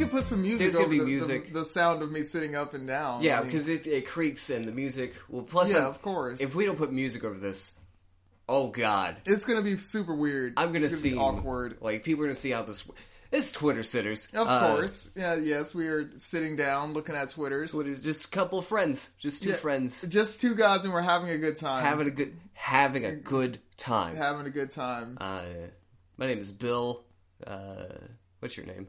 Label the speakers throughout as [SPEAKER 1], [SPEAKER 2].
[SPEAKER 1] there's
[SPEAKER 2] over
[SPEAKER 1] gonna be
[SPEAKER 2] the, the-
[SPEAKER 1] music.
[SPEAKER 2] The, sound of me sitting up and down.
[SPEAKER 1] Yeah,
[SPEAKER 2] I mean,
[SPEAKER 1] because it, it creaks and the music. Well, plus,
[SPEAKER 2] yeah,
[SPEAKER 1] I'm-
[SPEAKER 2] of course.
[SPEAKER 1] if we don't put music over this, oh god,
[SPEAKER 2] it's gonna be super weird.
[SPEAKER 1] I'm gonna
[SPEAKER 2] it's gonna
[SPEAKER 1] see
[SPEAKER 2] be awkward.
[SPEAKER 1] Like people are gonna see how this. It's Twitter sitters,
[SPEAKER 2] Of
[SPEAKER 1] Uh,
[SPEAKER 2] course. Yeah. Yes, we are sitting down, looking at Twitters.
[SPEAKER 1] Twitter's just a couple friends, just two
[SPEAKER 2] Yeah,
[SPEAKER 1] friends
[SPEAKER 2] Just two guys, and we're having a good time.
[SPEAKER 1] having a good having a good time.
[SPEAKER 2] having a good time.
[SPEAKER 1] Uh, my name is Bill. Uh, what's your name?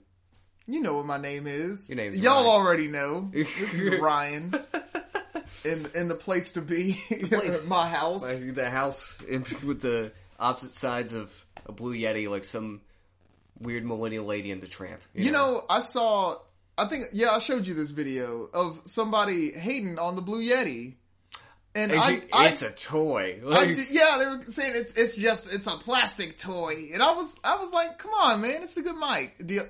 [SPEAKER 2] You know what my name is.
[SPEAKER 1] Your name's
[SPEAKER 2] Y'all
[SPEAKER 1] Ryan.
[SPEAKER 2] already know. This is Ryan. in in the place to be.
[SPEAKER 1] place.
[SPEAKER 2] my house.
[SPEAKER 1] Like the house in- with the opposite sides of a blue yeti, like some weird millennial lady in the tramp.
[SPEAKER 2] you know, I saw I think yeah, I showed you this video of somebody hating on the Blue Yeti. And
[SPEAKER 1] It's-
[SPEAKER 2] I, I,
[SPEAKER 1] it's a toy.
[SPEAKER 2] I
[SPEAKER 1] Like,
[SPEAKER 2] did- yeah, they were saying it's it's just it's a plastic toy, and I was I was like, come on, man, it's a good mic. Do y-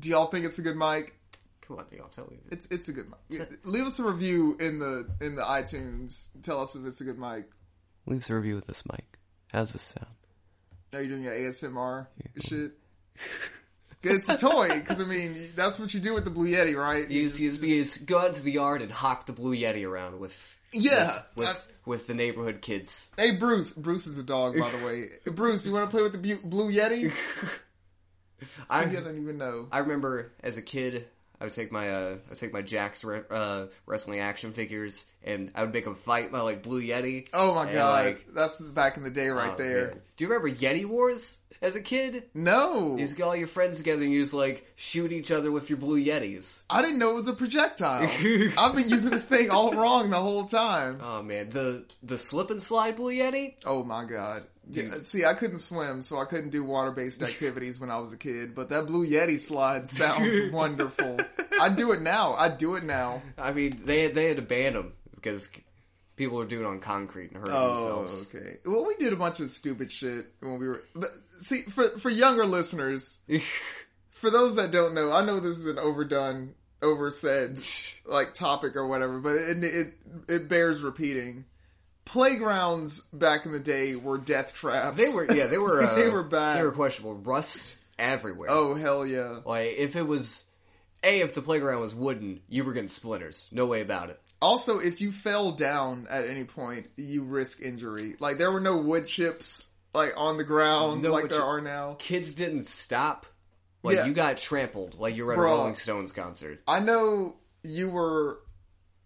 [SPEAKER 2] do y'all think it's a good mic?
[SPEAKER 1] come on, dude, I'll tell you.
[SPEAKER 2] It's it's a good mic. Leave us a review in the in the iTunes. Tell us if it's a good mic.
[SPEAKER 1] Leave us a review with this mic. How's this sound?
[SPEAKER 2] Are you doing your ASMR shit? It's a toy because I mean that's what you do with the Blue Yeti, right? You
[SPEAKER 1] Use, use,
[SPEAKER 2] just-
[SPEAKER 1] use, go out into the yard and hawk the blue yeti around with
[SPEAKER 2] yeah.
[SPEAKER 1] with,
[SPEAKER 2] I-
[SPEAKER 1] with the neighborhood kids.
[SPEAKER 2] hey Bruce, Bruce is a dog by the way. Bruce, you want to play with the bu- Blue Yeti? I
[SPEAKER 1] I
[SPEAKER 2] don't even know.
[SPEAKER 1] I remember as a kid, I would take my uh, I would take my Jack's re- uh, wrestling action figures and I would make them fight my like blue yeti.
[SPEAKER 2] Oh my
[SPEAKER 1] and,
[SPEAKER 2] god,
[SPEAKER 1] like,
[SPEAKER 2] that's back in the day right
[SPEAKER 1] oh,
[SPEAKER 2] there.
[SPEAKER 1] man. Do you remember Yeti Wars as a kid?
[SPEAKER 2] No,
[SPEAKER 1] You just get all your friends together and you just like shoot each other with your blue yetis.
[SPEAKER 2] I didn't know it was a projectile. I've been using this thing all wrong the whole time.
[SPEAKER 1] Oh man, the the slip and slide blue yeti.
[SPEAKER 2] Oh my god. Yeah, see, I couldn't swim, so I couldn't do water based activities when I was a kid, but that Blue Yeti slide sounds wonderful. I do it now. I do it now.
[SPEAKER 1] I mean, they they had to ban them because people were doing it on concrete and hurting
[SPEAKER 2] Oh,
[SPEAKER 1] themselves.
[SPEAKER 2] okay. Well, we did a bunch of stupid shit when we were. But see, for, for younger listeners, for those that don't know, I know this is an overdone, oversaid like topic or whatever, but it it, it bears repeating. Playgrounds back in the day were death traps.
[SPEAKER 1] They were yeah, they were uh,
[SPEAKER 2] They were bad.
[SPEAKER 1] They were questionable. Rust everywhere.
[SPEAKER 2] Oh hell yeah!
[SPEAKER 1] Like if it was a if the playground was wooden, you were getting splinters. No way about it.
[SPEAKER 2] Also, if you fell down at any point, you risk injury. Like there were no wood chips like on the ground
[SPEAKER 1] No
[SPEAKER 2] like
[SPEAKER 1] wood
[SPEAKER 2] there
[SPEAKER 1] chip-
[SPEAKER 2] are now.
[SPEAKER 1] Kids didn't stop. Like
[SPEAKER 2] Yeah.
[SPEAKER 1] you got trampled. Like you were at a
[SPEAKER 2] Bruh.
[SPEAKER 1] Rolling Stones concert.
[SPEAKER 2] I know you were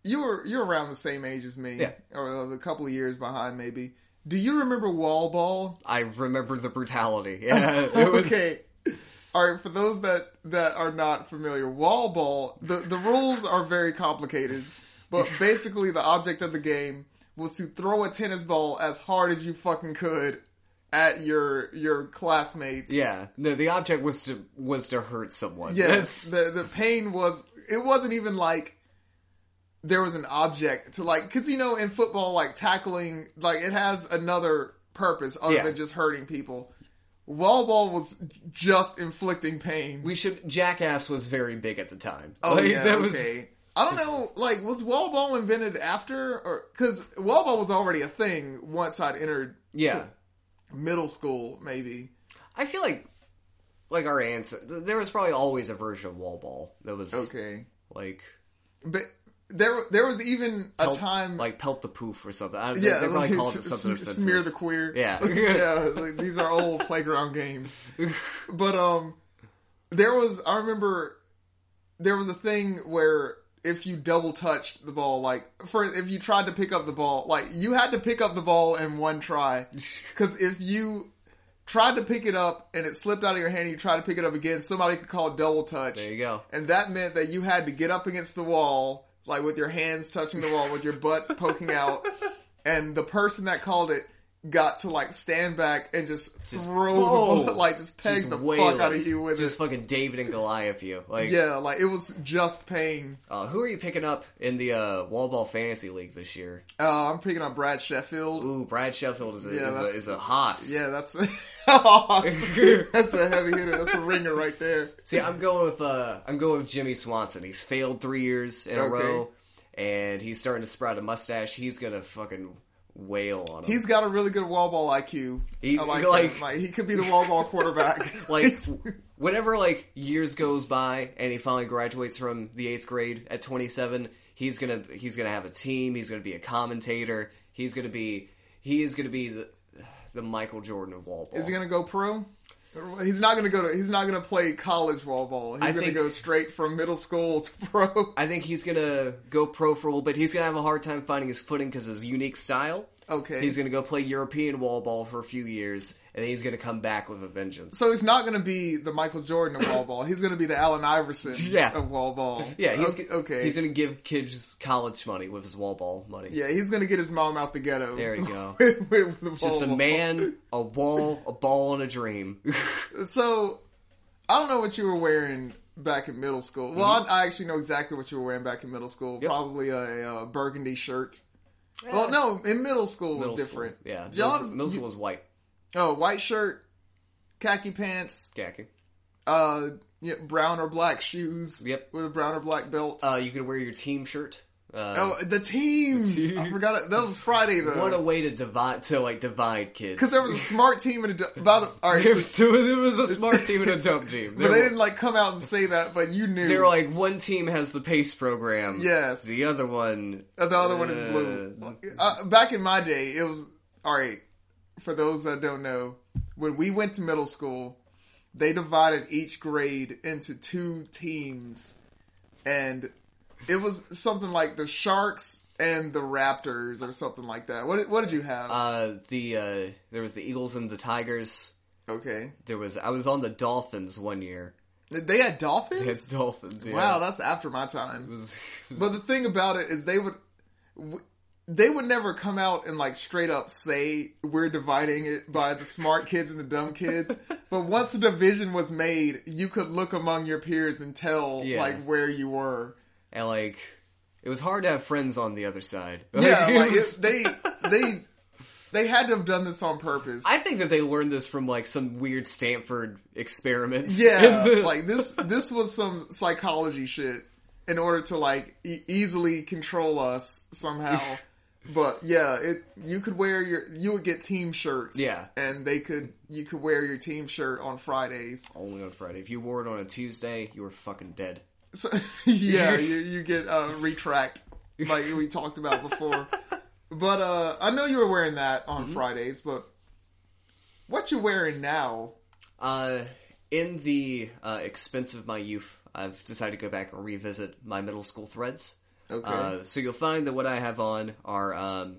[SPEAKER 2] you were you're around the same age as me,
[SPEAKER 1] Yeah.
[SPEAKER 2] or a couple of years behind maybe. Do you remember wall ball?
[SPEAKER 1] I remember the brutality. Yeah, it was.
[SPEAKER 2] okay. All right, for those that that are not familiar, wall ball, the the rules are very complicated, but basically the object of the game was to throw a tennis ball as hard as you fucking could at your your classmates.
[SPEAKER 1] Yeah, no. The object was to was to hurt someone.
[SPEAKER 2] Yes, the the pain was it wasn't even like there was an object to like cuz you know in football like tackling like it has another purpose other
[SPEAKER 1] Yeah.
[SPEAKER 2] than just hurting people. Wall ball was just inflicting pain.
[SPEAKER 1] we should. Jackass was very big at the time.
[SPEAKER 2] Oh
[SPEAKER 1] Like,
[SPEAKER 2] yeah,
[SPEAKER 1] that was-
[SPEAKER 2] okay. I don't know, like was wall ball invented after or because wall ball was already a thing once I'd entered
[SPEAKER 1] Yeah,
[SPEAKER 2] middle school, maybe.
[SPEAKER 1] I feel like like our aunts. There was probably always a version of wall ball that was
[SPEAKER 2] Okay,
[SPEAKER 1] like
[SPEAKER 2] but there there was even a
[SPEAKER 1] pelt,
[SPEAKER 2] time
[SPEAKER 1] like pelt the poof or something. I,
[SPEAKER 2] yeah
[SPEAKER 1] they probably
[SPEAKER 2] like,
[SPEAKER 1] called
[SPEAKER 2] s-
[SPEAKER 1] it something
[SPEAKER 2] sm-
[SPEAKER 1] offensive.
[SPEAKER 2] smear the queer
[SPEAKER 1] Yeah.
[SPEAKER 2] yeah like, these are old playground games but um there was I remember there was a thing where if you double touched the ball, like for if you tried to pick up the ball, like you had to pick up the ball in one try, because if you tried to pick it up and it slipped out of your hand, and you tried to pick it up again, somebody could call double touch,
[SPEAKER 1] There you go.
[SPEAKER 2] and that meant that you had to get up against the wall, like with your hands touching the wall, with your butt poking out, and the person that called it. Got to like stand back and just, throw the
[SPEAKER 1] whoa.
[SPEAKER 2] ball, like just peg
[SPEAKER 1] Just
[SPEAKER 2] the
[SPEAKER 1] wail
[SPEAKER 2] fuck out
[SPEAKER 1] it.
[SPEAKER 2] of you with it.
[SPEAKER 1] just fucking David and Goliath you. Like,
[SPEAKER 2] Yeah, like it was just pain.
[SPEAKER 1] uh, who are you picking up in the uh, Wall Ball Fantasy League this year?
[SPEAKER 2] Uh, I'm picking up Brad Sheffield.
[SPEAKER 1] Ooh, Brad Sheffield is a,
[SPEAKER 2] Yeah,
[SPEAKER 1] is, a,
[SPEAKER 2] that's-
[SPEAKER 1] is a hoss.
[SPEAKER 2] Yeah, that's that's a heavy hitter. That's a ringer right there.
[SPEAKER 1] See, I'm going with uh, I'm going with Jimmy Swanson. He's failed three years in a
[SPEAKER 2] Okay.
[SPEAKER 1] row, and he's starting to sprout a mustache. He's gonna fucking wail on him.
[SPEAKER 2] He's got a really good wall ball IQ.
[SPEAKER 1] He-
[SPEAKER 2] I like,
[SPEAKER 1] like-
[SPEAKER 2] him. Like, he could be the wall ball quarterback.
[SPEAKER 1] like
[SPEAKER 2] He's-
[SPEAKER 1] w- whenever like years goes by and he finally graduates from the eighth grade at 27 he's gonna he's gonna have a team he's gonna be a commentator he's gonna be he is gonna be the, the michael jordan of wall ball
[SPEAKER 2] is he gonna go pro? He's not gonna go to. He's not gonna play college wall ball. He's
[SPEAKER 1] I
[SPEAKER 2] gonna
[SPEAKER 1] think-
[SPEAKER 2] go straight from middle school to pro.
[SPEAKER 1] i think he's gonna go pro for a little bit he's gonna have a hard time finding his footing because his unique style
[SPEAKER 2] Okay.
[SPEAKER 1] he's gonna go play european wall ball for a few years and then he's gonna come back with a vengeance
[SPEAKER 2] so he's not gonna be the Michael Jordan of wall ball. He's gonna be the Allen Iverson
[SPEAKER 1] Yeah.
[SPEAKER 2] of wall ball.
[SPEAKER 1] yeah he's
[SPEAKER 2] okay.
[SPEAKER 1] g- he's gonna give kids college money with his wall ball money
[SPEAKER 2] yeah, he's gonna get his mom out the ghetto.
[SPEAKER 1] There you go.
[SPEAKER 2] with, with the
[SPEAKER 1] just
[SPEAKER 2] wall
[SPEAKER 1] a
[SPEAKER 2] ball.
[SPEAKER 1] man a wall a ball and a dream
[SPEAKER 2] So, I don't know what you were wearing back in middle school. Well,
[SPEAKER 1] Mm-hmm.
[SPEAKER 2] I, I actually know exactly what you were wearing back in middle school. Probably a, uh burgundy shirt. Well, no, in middle school
[SPEAKER 1] Middle
[SPEAKER 2] was
[SPEAKER 1] school.
[SPEAKER 2] different.
[SPEAKER 1] Yeah,
[SPEAKER 2] Did
[SPEAKER 1] middle,
[SPEAKER 2] y'all-
[SPEAKER 1] middle school was white
[SPEAKER 2] oh, white shirt, khaki pants,
[SPEAKER 1] khaki.
[SPEAKER 2] uh, yeah, brown or black shoes.
[SPEAKER 1] Yep.
[SPEAKER 2] with a brown or black belt.
[SPEAKER 1] Uh, you could wear your team shirt. Uh,
[SPEAKER 2] oh, the teams! I forgot it. That was Friday though.
[SPEAKER 1] What a way to divide to like divide kids.
[SPEAKER 2] because Oh, uh, there was a smart team and a du- by the all right,
[SPEAKER 1] it
[SPEAKER 2] so-
[SPEAKER 1] was, it was a smart team and a dumb team. They
[SPEAKER 2] but
[SPEAKER 1] were,
[SPEAKER 2] they didn't like come out and say that, but you knew.
[SPEAKER 1] they were like one team has the pace program.
[SPEAKER 2] Yes.
[SPEAKER 1] the other one.
[SPEAKER 2] Uh, The other one is blue. Uh, back in my day, it was all right. For those that don't know, when we went to middle school, they divided each grade into two teams, and it was something like the Sharks and the Raptors or something like that. What did- what did you have?
[SPEAKER 1] Uh, the uh, there was the Eagles and the Tigers.
[SPEAKER 2] okay,
[SPEAKER 1] There was I was on the Dolphins one year.
[SPEAKER 2] they had Dolphins.
[SPEAKER 1] It's Dolphins. Yeah.
[SPEAKER 2] Wow, that's after my time.
[SPEAKER 1] It was, it was-
[SPEAKER 2] But the thing about it is they would w- they would never come out and like straight up say we're dividing it by the smart kids and the dumb kids. but once a division was made, you could look among your peers and tell
[SPEAKER 1] Yeah.
[SPEAKER 2] like where you were.
[SPEAKER 1] and like it was hard to have friends on the other side.
[SPEAKER 2] Yeah,
[SPEAKER 1] it
[SPEAKER 2] like
[SPEAKER 1] was-
[SPEAKER 2] it, they they they had to have done this on purpose.
[SPEAKER 1] I think that they learned this from like some weird Stanford experiments.
[SPEAKER 2] yeah, like this this was some psychology shit in order to like e- easily control us somehow. But yeah, it you could wear your you would get team shirts.
[SPEAKER 1] Yeah.
[SPEAKER 2] and they could you could wear your team shirt on Fridays.
[SPEAKER 1] only on Friday. If you wore it on a Tuesday, you were fucking dead.
[SPEAKER 2] So yeah, you you get uh, retract like we talked about before. but uh I know you were wearing that on
[SPEAKER 1] Mm-hmm.
[SPEAKER 2] Fridays, but what you wearing now?
[SPEAKER 1] Uh, in the uh, expense of my youth, I've decided to go back and revisit my middle school threads.
[SPEAKER 2] Okay.
[SPEAKER 1] Uh, so you'll find that what I have on are um,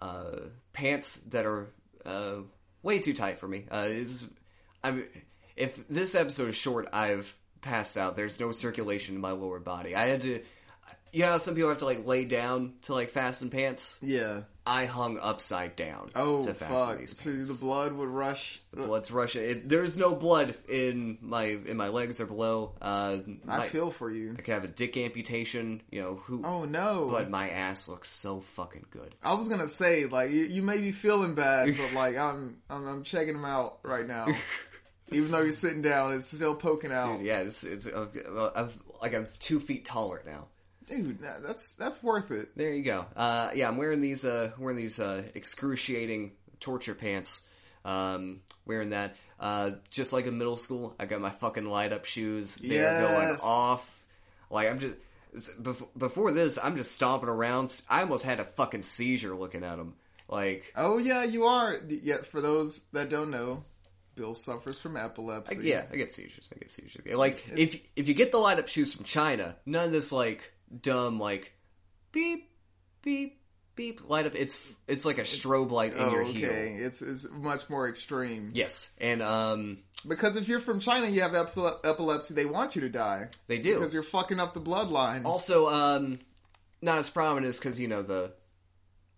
[SPEAKER 1] uh, pants that are uh, way too tight for me. Uh, is I'm if this episode is short, I've passed out. There's no circulation in my lower body. I had to. You know, how some people have to like lay down to like fasten pants.
[SPEAKER 2] yeah.
[SPEAKER 1] I hung upside down.
[SPEAKER 2] Oh
[SPEAKER 1] to fasten
[SPEAKER 2] fuck!
[SPEAKER 1] These
[SPEAKER 2] So
[SPEAKER 1] pants.
[SPEAKER 2] the blood would rush.
[SPEAKER 1] Blood's rushing. It, there's no blood in my in my legs or below. Uh,
[SPEAKER 2] I
[SPEAKER 1] my-
[SPEAKER 2] feel for you.
[SPEAKER 1] I could have a dick amputation. You know who?
[SPEAKER 2] Oh no!
[SPEAKER 1] But my ass looks so fucking good.
[SPEAKER 2] I was gonna say like you, you may be feeling bad, but like I'm I'm, I'm checking them out right now. Even though you're sitting down, it's still poking out.
[SPEAKER 1] Yeah, it's it's uh, I'm like I'm two feet taller now.
[SPEAKER 2] Dude, that- that's that's worth it.
[SPEAKER 1] There you go. Uh, yeah, I'm wearing these uh, wearing these uh, excruciating torture pants. Um, wearing that uh, just like in middle school. I got my fucking light up shoes. They're going
[SPEAKER 2] Yes.
[SPEAKER 1] off. Like I'm just before, before this, I'm just stomping around. I almost had a fucking seizure looking at them. Like
[SPEAKER 2] Oh yeah, you are. Yeah, for those that don't know, Bill suffers from epilepsy.
[SPEAKER 1] Uh, yeah, I get seizures. I get seizures. Like if if you get the light up shoes from China, none of this like dumb like beep beep beep light up. It's it's like a strobe light in
[SPEAKER 2] Oh,
[SPEAKER 1] your heel.
[SPEAKER 2] okay. It's it's much more extreme.
[SPEAKER 1] Yes, and um,
[SPEAKER 2] Because if you're from China, you have epsil- epilepsy. They want you to die
[SPEAKER 1] they do.
[SPEAKER 2] because you're fucking up the bloodline.
[SPEAKER 1] Also, um, not as prominent as because you know the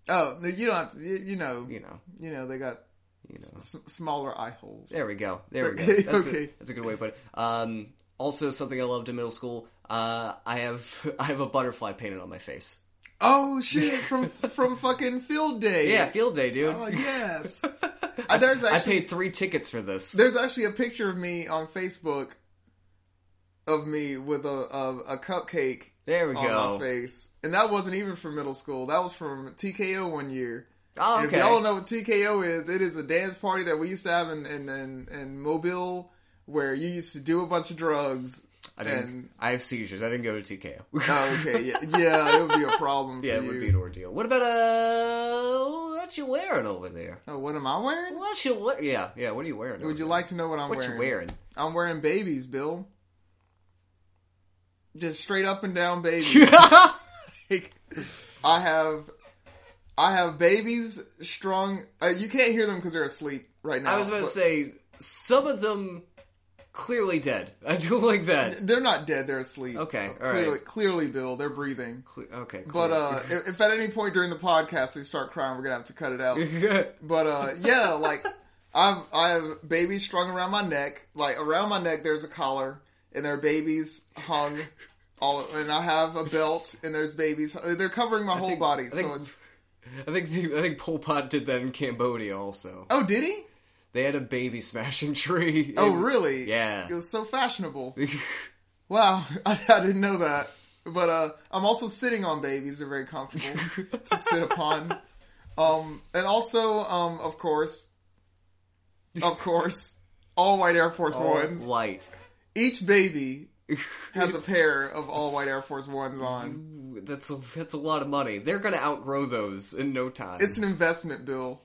[SPEAKER 2] Oh, no, you don't have to. You, you know,
[SPEAKER 1] you know
[SPEAKER 2] you know they got
[SPEAKER 1] you know.
[SPEAKER 2] s- smaller eye holes.
[SPEAKER 1] There we go. There we go.
[SPEAKER 2] Okay,
[SPEAKER 1] That's,
[SPEAKER 2] okay.
[SPEAKER 1] a, that's a good way to put it. Um, also, something I loved in middle school. Uh, I have I have a butterfly painted on my face.
[SPEAKER 2] Oh shit! From from fucking field day.
[SPEAKER 1] Yeah, field day, dude.
[SPEAKER 2] Oh yes. Uh, there's
[SPEAKER 1] I
[SPEAKER 2] actually
[SPEAKER 1] paid three tickets for this.
[SPEAKER 2] there's actually a picture of me on Facebook of me with a a, a cupcake
[SPEAKER 1] There we
[SPEAKER 2] on my
[SPEAKER 1] go.
[SPEAKER 2] face, and that wasn't even from middle school. That was from TKO one year.
[SPEAKER 1] Oh,
[SPEAKER 2] And
[SPEAKER 1] okay.
[SPEAKER 2] If y'all don't know what TKO is, it is a dance party that we used to have in in, in, in Mobile where you used to do a bunch of drugs.
[SPEAKER 1] I didn't.
[SPEAKER 2] and-
[SPEAKER 1] I have seizures. I didn't go to TKO.
[SPEAKER 2] Oh, okay, yeah, yeah, it would be a problem. For
[SPEAKER 1] yeah, it
[SPEAKER 2] you.
[SPEAKER 1] would be an ordeal. What about uh, what you wearing over there?
[SPEAKER 2] Oh, what am I wearing?
[SPEAKER 1] What you wear? Yeah, yeah. What are you wearing?
[SPEAKER 2] Would you like to know what I'm
[SPEAKER 1] What
[SPEAKER 2] wearing?
[SPEAKER 1] you wearing?
[SPEAKER 2] I'm wearing babies, Bill. Just straight up and down babies.
[SPEAKER 1] okay.
[SPEAKER 2] Like, I have, I have babies strung. Uh, you can't hear them because they're asleep right now.
[SPEAKER 1] I was about to
[SPEAKER 2] but
[SPEAKER 1] say some of them clearly dead. I do like that.
[SPEAKER 2] they're not dead; they're asleep. Uh,
[SPEAKER 1] Okay, all
[SPEAKER 2] clearly,
[SPEAKER 1] right.
[SPEAKER 2] clearly, Bill, they're breathing.
[SPEAKER 1] Cle- Okay,
[SPEAKER 2] But uh, if if at any point during the podcast they start crying, we're gonna have to cut it out. But uh, yeah, like I've I have babies strung around my neck. Like around my neck, there's a collar, and there are babies hung. All and I have a belt, and there's babies. They're covering my whole
[SPEAKER 1] think-
[SPEAKER 2] body,
[SPEAKER 1] I think-
[SPEAKER 2] so it's.
[SPEAKER 1] I think the, I think Pol Pot did that in Cambodia also.
[SPEAKER 2] Oh, did he?
[SPEAKER 1] They had a baby smashing tree.
[SPEAKER 2] Oh,
[SPEAKER 1] in-
[SPEAKER 2] really?
[SPEAKER 1] yeah.
[SPEAKER 2] It was so fashionable. Wow, I, I didn't know that. But uh, I'm also sitting on babies; they're very comfortable to sit upon. Um, and also, um, of course, of course, all white Air Force
[SPEAKER 1] All
[SPEAKER 2] Ones.
[SPEAKER 1] White.
[SPEAKER 2] Each baby has a pair of all white Air Force Ones on.
[SPEAKER 1] Ooh, That's a, that's a lot of money. They're gonna outgrow those in no time.
[SPEAKER 2] It's an investment, Bill.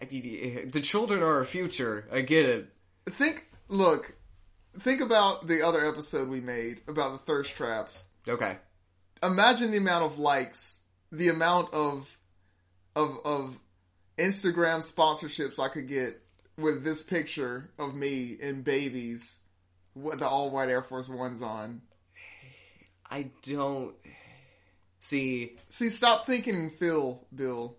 [SPEAKER 1] I mean, eh, the children are our future. I get it.
[SPEAKER 2] Think, look, think about the other episode we made about the thirst traps.
[SPEAKER 1] Okay.
[SPEAKER 2] imagine the amount of likes, the amount of of of Instagram sponsorships I could get with this picture of me and babies with the all white Air Force Ones on.
[SPEAKER 1] I don't see.
[SPEAKER 2] See, stop thinking and feel, Bill.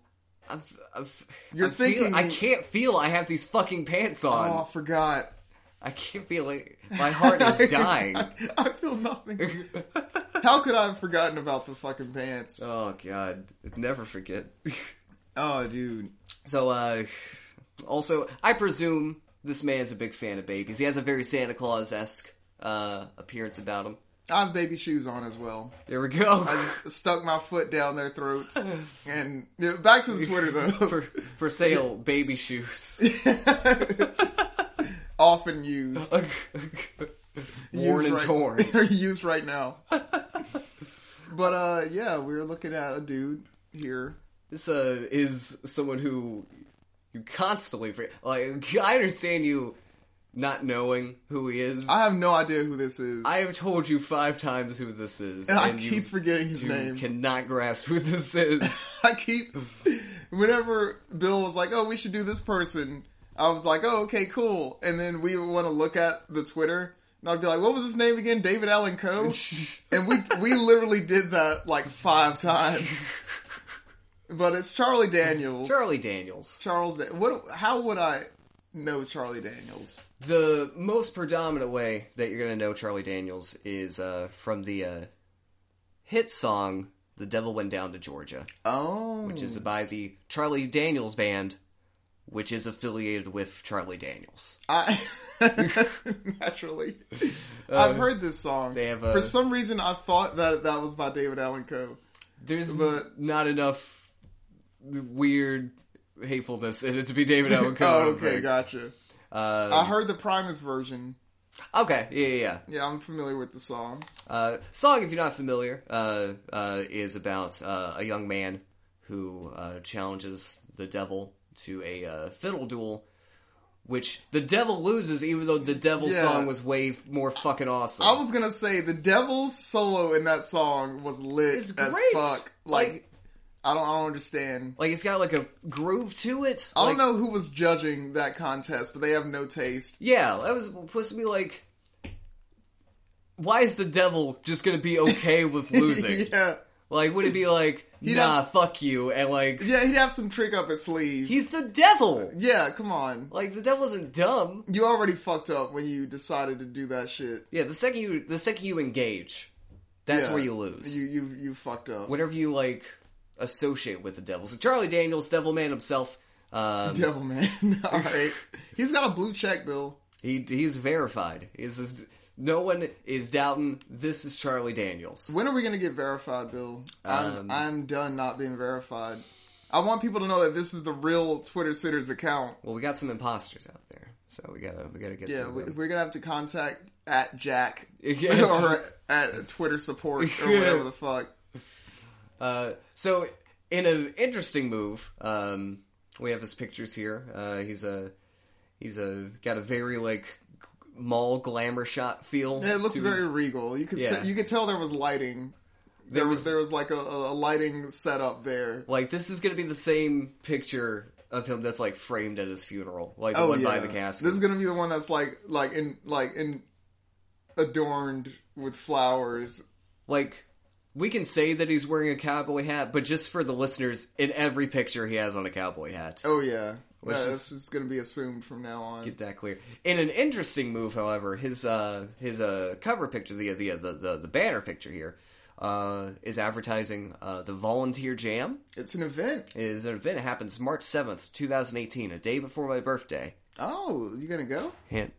[SPEAKER 1] I'm, I've,
[SPEAKER 2] You're
[SPEAKER 1] I'm feel-
[SPEAKER 2] thinking-
[SPEAKER 1] I can't feel. I have these fucking pants on.
[SPEAKER 2] Oh, I forgot.
[SPEAKER 1] I can't feel it. My heart is dying.
[SPEAKER 2] I, I feel nothing. How could I have forgotten about the fucking pants?
[SPEAKER 1] oh god, I'd never forget.
[SPEAKER 2] Oh, dude.
[SPEAKER 1] so, uh, also, I presume this man's a big fan of babies. He has a very Santa Claus esque uh, appearance about him.
[SPEAKER 2] I have baby shoes on as well.
[SPEAKER 1] There we go.
[SPEAKER 2] I just stuck my foot down their throats. And yeah, back to the Twitter though.
[SPEAKER 1] for for sale, baby shoes.
[SPEAKER 2] Often used.
[SPEAKER 1] Worn
[SPEAKER 2] Used
[SPEAKER 1] and
[SPEAKER 2] right-
[SPEAKER 1] torn.
[SPEAKER 2] They're used right now. but uh yeah, we were looking at a dude here.
[SPEAKER 1] This uh, is someone who you constantly forget. Like I understand you not knowing who he is.
[SPEAKER 2] I have no idea who this is.
[SPEAKER 1] I have told you five times who this is,
[SPEAKER 2] and I
[SPEAKER 1] you-
[SPEAKER 2] keep forgetting his
[SPEAKER 1] you
[SPEAKER 2] name.
[SPEAKER 1] cannot grasp who this is.
[SPEAKER 2] I keep whenever Bill was like, "Oh, we should do this person," I was like, "Oh, okay, cool." And then we would want to look at the Twitter, and I'd be like, "What was his name again?" David Allen Coe. and we we literally did that like five times. But it's Charlie Daniels.
[SPEAKER 1] Charlie Daniels.
[SPEAKER 2] Charles. Da- what? How would I know Charlie Daniels?
[SPEAKER 1] The most predominant way that you're gonna know Charlie Daniels is uh, from the uh, hit song "The Devil Went Down to Georgia,"
[SPEAKER 2] Oh,
[SPEAKER 1] which is by the Charlie Daniels Band, which is affiliated with Charlie Daniels.
[SPEAKER 2] I naturally. I've heard this song.
[SPEAKER 1] Uh, they have a-
[SPEAKER 2] For some reason, I thought that that was by David Allen Coe.
[SPEAKER 1] There's
[SPEAKER 2] But-
[SPEAKER 1] not enough weird hatefulness in it to be David Owen Cohen.
[SPEAKER 2] Oh, okay, gotcha.
[SPEAKER 1] Uh,
[SPEAKER 2] I heard the Primus version.
[SPEAKER 1] okay, yeah, yeah, yeah.
[SPEAKER 2] Yeah, I'm familiar with the song.
[SPEAKER 1] Uh, song, if you're not familiar, uh, uh, is about uh, a young man who uh, challenges the devil to a uh, fiddle duel, which the devil loses, even though the devil
[SPEAKER 2] Yeah.
[SPEAKER 1] song was way f- more fucking awesome.
[SPEAKER 2] I was gonna say the devil's solo in that song was lit
[SPEAKER 1] It's
[SPEAKER 2] as
[SPEAKER 1] great.
[SPEAKER 2] fuck. Like,
[SPEAKER 1] Like-
[SPEAKER 2] I don't, I don't understand.
[SPEAKER 1] like, it's got like a groove to it.
[SPEAKER 2] I don't know who was judging that contest, but they have no taste.
[SPEAKER 1] Yeah, that was supposed to be like. Why is the devil just gonna be okay with losing?
[SPEAKER 2] yeah,
[SPEAKER 1] Like, would it be like, nah,
[SPEAKER 2] have-
[SPEAKER 1] fuck you, and like,
[SPEAKER 2] yeah, he'd have some trick up his sleeve.
[SPEAKER 1] he's the devil!
[SPEAKER 2] yeah, come on.
[SPEAKER 1] Like, the devil isn't dumb.
[SPEAKER 2] You already fucked up when you decided to do that shit.
[SPEAKER 1] Yeah, the second you, the second you engage, that's
[SPEAKER 2] Yeah.
[SPEAKER 1] where you lose.
[SPEAKER 2] You you you fucked up.
[SPEAKER 1] Whatever you like, associate with the devil. So Charlie Daniels, Devil Man himself, um,
[SPEAKER 2] Devil man. All right, he's got a blue check, Bill.
[SPEAKER 1] he he's verified. Is is- no one is doubting this is Charlie Daniels.
[SPEAKER 2] When are we gonna get verified, Bill? I'm,
[SPEAKER 1] Um,
[SPEAKER 2] I'm done not being verified. I want people to know that this is the real Twitter Sitters account.
[SPEAKER 1] Well, we got some imposters out there, so we gotta we gotta get
[SPEAKER 2] Yeah,
[SPEAKER 1] through
[SPEAKER 2] we,
[SPEAKER 1] them.
[SPEAKER 2] we're gonna have to contact at Jack
[SPEAKER 1] Yes.
[SPEAKER 2] or at Twitter support or whatever the fuck.
[SPEAKER 1] Uh, so, in an interesting move, um, we have his pictures here. Uh, he's a he's a got a very like g- mall glamour shot feel.
[SPEAKER 2] Yeah, it looks
[SPEAKER 1] to
[SPEAKER 2] very
[SPEAKER 1] his-
[SPEAKER 2] regal. You could
[SPEAKER 1] Yeah.
[SPEAKER 2] se- you could tell there was lighting. There,
[SPEAKER 1] There
[SPEAKER 2] was,
[SPEAKER 1] was-
[SPEAKER 2] there was like a, a a lighting setup there.
[SPEAKER 1] like this is gonna be the same picture of him that's like framed at his funeral, like the
[SPEAKER 2] Oh
[SPEAKER 1] one
[SPEAKER 2] yeah,
[SPEAKER 1] by the casket.
[SPEAKER 2] this is gonna be the one that's like like in like in adorned with flowers.
[SPEAKER 1] like we can say that he's wearing a cowboy hat, but just for the listeners, in every picture he has on a cowboy hat.
[SPEAKER 2] Oh yeah,
[SPEAKER 1] Let's
[SPEAKER 2] yeah
[SPEAKER 1] just-
[SPEAKER 2] that's just gonna be assumed from now on.
[SPEAKER 1] Get that clear. In an interesting move, however, his uh his uh cover picture, the the the the, the banner picture here, uh, is advertising uh the Volunteer Jam.
[SPEAKER 2] It's an event.
[SPEAKER 1] It is an event that happens March seventh, two thousand eighteen, a day before my birthday.
[SPEAKER 2] Oh, you gonna go?
[SPEAKER 1] Hint.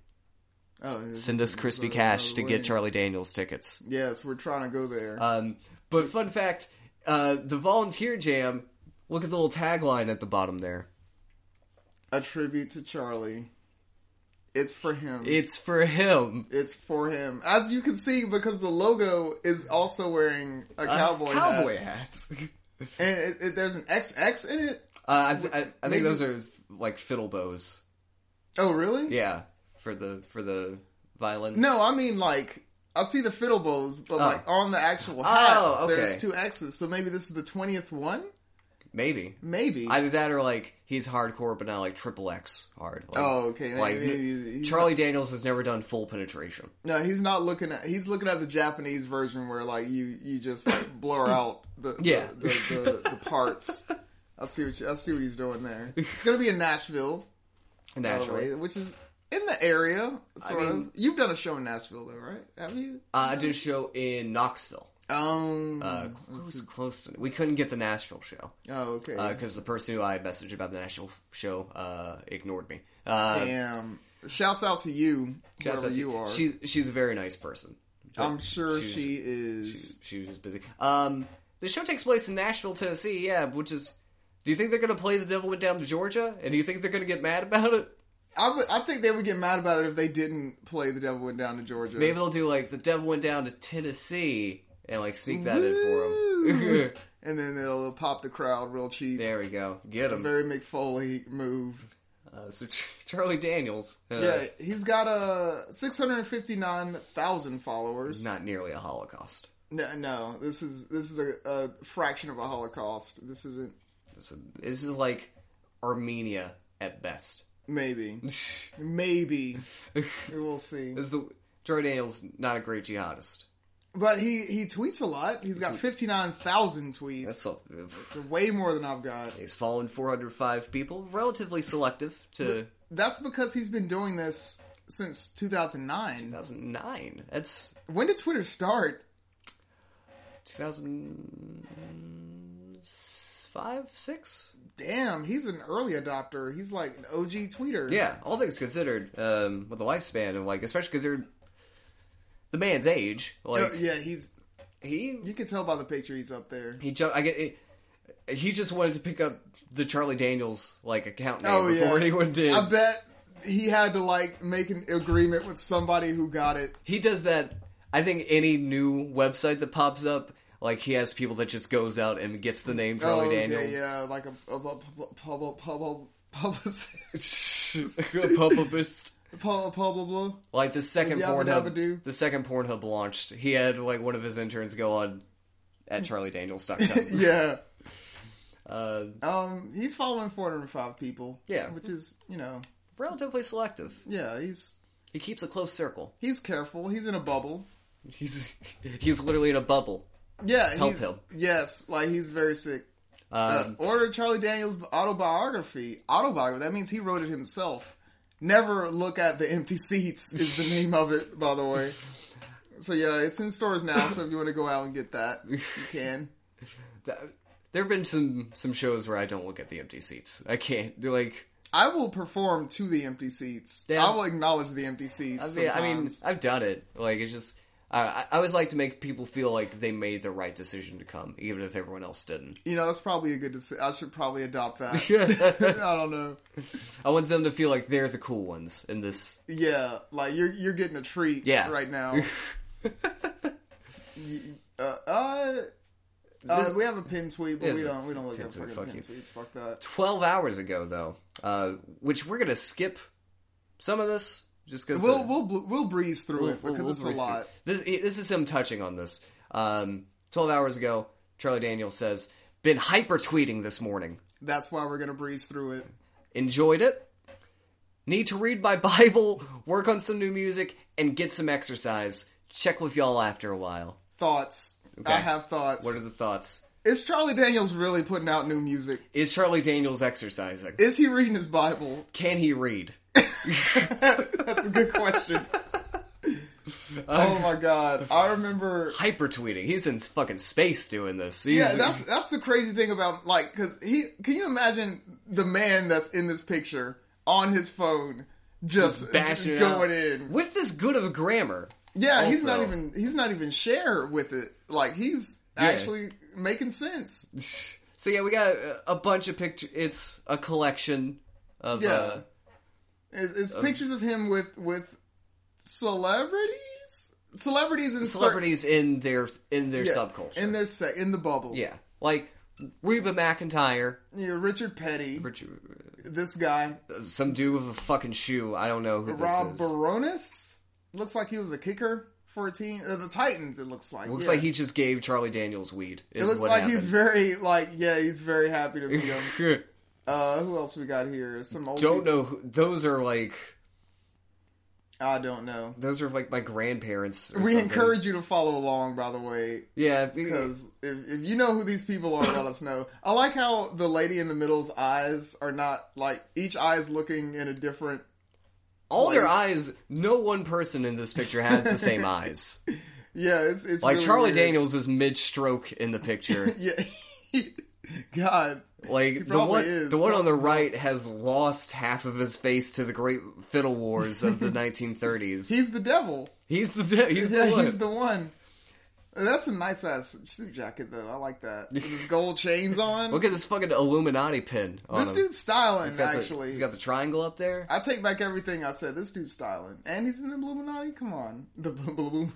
[SPEAKER 2] Oh,
[SPEAKER 1] Send us crispy cash to get Charlie Daniels tickets.
[SPEAKER 2] Yes, we're trying to go there.
[SPEAKER 1] Um, but fun fact, uh, the Volunteer Jam. Look at the little tagline at the bottom there.
[SPEAKER 2] a tribute to Charlie. It's for him.
[SPEAKER 1] It's for him.
[SPEAKER 2] it's for him, as you can see, because the logo is also wearing a cowboy,
[SPEAKER 1] cowboy
[SPEAKER 2] hat,
[SPEAKER 1] hats. uh,
[SPEAKER 2] and it, it, there's an XX in it.
[SPEAKER 1] I, th- I, I think
[SPEAKER 2] Maybe-
[SPEAKER 1] those are like fiddle bows.
[SPEAKER 2] Oh, really?
[SPEAKER 1] Yeah, for the for the violin.
[SPEAKER 2] No, I mean like I see the fiddle bows, but like on the actual hat,
[SPEAKER 1] Oh, okay.
[SPEAKER 2] there's two X's. So maybe this is the twentieth one.
[SPEAKER 1] Maybe
[SPEAKER 2] Maybe.
[SPEAKER 1] either that or like he's hardcore, but not like triple X hard. Like,
[SPEAKER 2] oh, okay.
[SPEAKER 1] like
[SPEAKER 2] Maybe he's- he's-
[SPEAKER 1] Charlie Daniels has never done full penetration.
[SPEAKER 2] No, he's not looking at. He's looking at the Japanese version where like you you just like blur out the
[SPEAKER 1] Yeah.
[SPEAKER 2] the, the, the, the parts. I see what you, I see what he's doing there. It's gonna be in Nashville, by the
[SPEAKER 1] Naturally,
[SPEAKER 2] way, which is in the area. Sort
[SPEAKER 1] mean-
[SPEAKER 2] of. You've done a show in Nashville though, right? Have you?
[SPEAKER 1] uh, I did a show in Knoxville.
[SPEAKER 2] Um.
[SPEAKER 1] Uh, close, close. To, we couldn't get the Nashville show
[SPEAKER 2] oh, okay.
[SPEAKER 1] because the person who I messaged about the Nashville show uh, ignored me. Uh,
[SPEAKER 2] Damn. Shouts out to you,
[SPEAKER 1] shout out
[SPEAKER 2] wherever
[SPEAKER 1] to-
[SPEAKER 2] you are.
[SPEAKER 1] She's she's a very nice person.
[SPEAKER 2] I'm sure
[SPEAKER 1] she's-
[SPEAKER 2] she is.
[SPEAKER 1] She, she was just busy. Um, the show takes place in Nashville, Tennessee. Yeah, which is. Do you think they're going to play the devil went down to Georgia? And do you think they're going to get mad about it?
[SPEAKER 2] I would- I think they would get mad about it if they didn't play "The Devil Went Down to Georgia."
[SPEAKER 1] Maybe they'll do like the devil went down to Tennessee and like sneak that in for
[SPEAKER 2] Woo!
[SPEAKER 1] them.
[SPEAKER 2] and then it'll pop the crowd real cheap.
[SPEAKER 1] there we go. Get
[SPEAKER 2] A
[SPEAKER 1] him.
[SPEAKER 2] very McFoley move.
[SPEAKER 1] Uh, so Ch- Charlie Daniels. Uh,
[SPEAKER 2] yeah, he's got uh, 659,000 followers.
[SPEAKER 1] Not nearly a Holocaust.
[SPEAKER 2] No, no, this is this is a, a fraction of a Holocaust. This isn't
[SPEAKER 1] This is, this is like Armenia at best.
[SPEAKER 2] maybe,
[SPEAKER 1] this
[SPEAKER 2] maybe we'll see.
[SPEAKER 1] is the Charlie Daniels not a great jihadist.
[SPEAKER 2] But he he tweets a lot. He's got 59,000 tweets.
[SPEAKER 1] That's all. uh,
[SPEAKER 2] It's way more than I've got.
[SPEAKER 1] He's fallen 405 people, relatively selective to
[SPEAKER 2] That's because he's been doing this since 2009.
[SPEAKER 1] 2009. That's
[SPEAKER 2] When did Twitter start?
[SPEAKER 1] 2005, 6?
[SPEAKER 2] Damn, he's an early adopter. He's like an OG tweeter.
[SPEAKER 1] Yeah, all things considered, um, with the lifespan and like, especially considered the man's age, like
[SPEAKER 2] Oh, yeah, he's.
[SPEAKER 1] he
[SPEAKER 2] You can tell by the picture he's up there.
[SPEAKER 1] he jumped. I get it, he just wanted to pick up the Charlie Daniels like account name
[SPEAKER 2] Oh, yeah.
[SPEAKER 1] before anyone did.
[SPEAKER 2] I bet he had to like make an agreement with somebody who got it.
[SPEAKER 1] he does that. I think any new website that pops up, like he has people that just goes out and gets the name Charlie
[SPEAKER 2] Oh, okay,
[SPEAKER 1] Daniels.
[SPEAKER 2] yeah, like a public public public
[SPEAKER 1] Publicist.
[SPEAKER 2] public.
[SPEAKER 1] Like the second
[SPEAKER 2] Yabba dabba doo.
[SPEAKER 1] Pornhub, the second Pornhub launched, he had like one of his interns go on at charliedaniels.com.
[SPEAKER 2] Yeah.
[SPEAKER 1] uh,
[SPEAKER 2] Um, he's following 405 people.
[SPEAKER 1] Yeah.
[SPEAKER 2] Which is, you know,
[SPEAKER 1] relatively selective.
[SPEAKER 2] yeah, he's
[SPEAKER 1] He keeps a close circle.
[SPEAKER 2] he's careful. He's in a bubble.
[SPEAKER 1] He's he's literally in a bubble.
[SPEAKER 2] Yeah,
[SPEAKER 1] Help
[SPEAKER 2] he's
[SPEAKER 1] him.
[SPEAKER 2] yes, like he's very sick. Uh,
[SPEAKER 1] Um,
[SPEAKER 2] order Charlie Daniels' autobiography. Autobiography. That means he wrote it himself. Never look at the empty seats is the name of it, by the way. So yeah, it's in stores now. So if you want to go out and get that, you can.
[SPEAKER 1] th- there have been some some shows where I don't look at the empty seats. I can't. They're like
[SPEAKER 2] I will perform to the empty seats.
[SPEAKER 1] Yeah.
[SPEAKER 2] I will acknowledge the empty
[SPEAKER 1] I
[SPEAKER 2] seats.
[SPEAKER 1] mean, I mean,
[SPEAKER 2] sometimes.
[SPEAKER 1] I've done it. Like it's just I I, I always like to make people feel like they made the right decision to come, even if everyone else didn't.
[SPEAKER 2] You know, that's probably a good decision. I should probably adopt that. I don't know.
[SPEAKER 1] I want them to feel like they're the cool ones in this.
[SPEAKER 2] Yeah, like you're you're getting a treat
[SPEAKER 1] Yeah.
[SPEAKER 2] right now. Y- uh, uh, uh,
[SPEAKER 1] This-
[SPEAKER 2] we have a pin tweet, but
[SPEAKER 1] Yes,
[SPEAKER 2] we don't we don't look
[SPEAKER 1] pin
[SPEAKER 2] at
[SPEAKER 1] tweet,
[SPEAKER 2] fucking
[SPEAKER 1] fuck
[SPEAKER 2] pin
[SPEAKER 1] you.
[SPEAKER 2] tweets. Fuck that.
[SPEAKER 1] 12 hours ago, though, uh, which we're going to skip some of this just because.
[SPEAKER 2] We'll we'll bl- we'll breeze through
[SPEAKER 1] We'll-
[SPEAKER 2] it because
[SPEAKER 1] we'll
[SPEAKER 2] it's a
[SPEAKER 1] breeze
[SPEAKER 2] lot.
[SPEAKER 1] through. This, it- this is him touching on this. Um, 12 hours ago, Charlie Daniels says, Been hyper tweeting this morning.
[SPEAKER 2] That's why we're gonna breeze through it.
[SPEAKER 1] Enjoyed it. Need to read my Bible, work on some new music, and get some exercise. Check with y'all after a while.
[SPEAKER 2] Thoughts. I have thoughts.
[SPEAKER 1] What are the thoughts?
[SPEAKER 2] Is Charlie Daniels really putting out new music?
[SPEAKER 1] Is Charlie Daniels exercising?
[SPEAKER 2] Is he reading his Bible?
[SPEAKER 1] Can he read?
[SPEAKER 2] That's a good question. oh my god! I remember.
[SPEAKER 1] Hyper tweeting. He's in fucking space doing this. He's-
[SPEAKER 2] Yeah, that's that's the crazy thing about like because he can you imagine the man that's in this picture on his phone just,
[SPEAKER 1] bashing it
[SPEAKER 2] going
[SPEAKER 1] out.
[SPEAKER 2] in.
[SPEAKER 1] with this good of grammar.
[SPEAKER 2] Yeah, he's not
[SPEAKER 1] Also-
[SPEAKER 2] even he's not even share with it. Like he's actually making sense.
[SPEAKER 1] So yeah, we got uh, a bunch of pictures. It's a collection of
[SPEAKER 2] Yeah.
[SPEAKER 1] uh,
[SPEAKER 2] It's, it's
[SPEAKER 1] Um,
[SPEAKER 2] pictures of him with with celebrities, celebrities and
[SPEAKER 1] celebrities in their in their subculture.
[SPEAKER 2] in their sec in the bubble.
[SPEAKER 1] yeah, like Reba McIntyre,
[SPEAKER 2] Yeah, Richard Petty,
[SPEAKER 1] Richard,
[SPEAKER 2] this guy,
[SPEAKER 1] uh, some dude with a fucking shoe. I don't know who
[SPEAKER 2] Rob
[SPEAKER 1] this is.
[SPEAKER 2] Baronis looks like he was a kicker for a team, uh, the Titans. It looks like
[SPEAKER 1] Looks
[SPEAKER 2] yeah.
[SPEAKER 1] like he just gave Charlie Daniels weed. Is
[SPEAKER 2] It looks
[SPEAKER 1] what
[SPEAKER 2] like
[SPEAKER 1] happened.
[SPEAKER 2] he's very like yeah, he's very happy to meet him.
[SPEAKER 1] very.
[SPEAKER 2] Uh, who else we got here? Some old
[SPEAKER 1] don't
[SPEAKER 2] peop-
[SPEAKER 1] know. Who, those are like
[SPEAKER 2] I don't know.
[SPEAKER 1] those are like my grandparents. or
[SPEAKER 2] We
[SPEAKER 1] something.
[SPEAKER 2] encourage you to follow along, by the way,
[SPEAKER 1] Yeah, be-
[SPEAKER 2] because if, if you know who these people are, let us know. I like how the lady in the middle's eyes are not like each eye is looking in a different.
[SPEAKER 1] all their
[SPEAKER 2] place.
[SPEAKER 1] eyes. No one person in this picture has the same eyes.
[SPEAKER 2] Yeah, it's it's
[SPEAKER 1] Like
[SPEAKER 2] really
[SPEAKER 1] Charlie
[SPEAKER 2] weird.
[SPEAKER 1] Daniels is mid stroke in the picture.
[SPEAKER 2] Yeah, God,
[SPEAKER 1] Like the
[SPEAKER 2] probably
[SPEAKER 1] one,
[SPEAKER 2] is.
[SPEAKER 1] the one on the
[SPEAKER 2] Possible.
[SPEAKER 1] right has lost half of his face to the Great Fiddle Wars of the 1930s.
[SPEAKER 2] he's the devil.
[SPEAKER 1] he's the de- he's
[SPEAKER 2] Yeah,
[SPEAKER 1] the one.
[SPEAKER 2] he's the one. That's a nice ass suit jacket though. I like that. With his gold chains on.
[SPEAKER 1] Look at this fucking Illuminati pin on
[SPEAKER 2] this
[SPEAKER 1] him.
[SPEAKER 2] dude's styling
[SPEAKER 1] He's got the-
[SPEAKER 2] actually.
[SPEAKER 1] he's got the triangle up there.
[SPEAKER 2] I take back everything I said. This dude's styling, and he's in the Illuminati. Come on, the Bum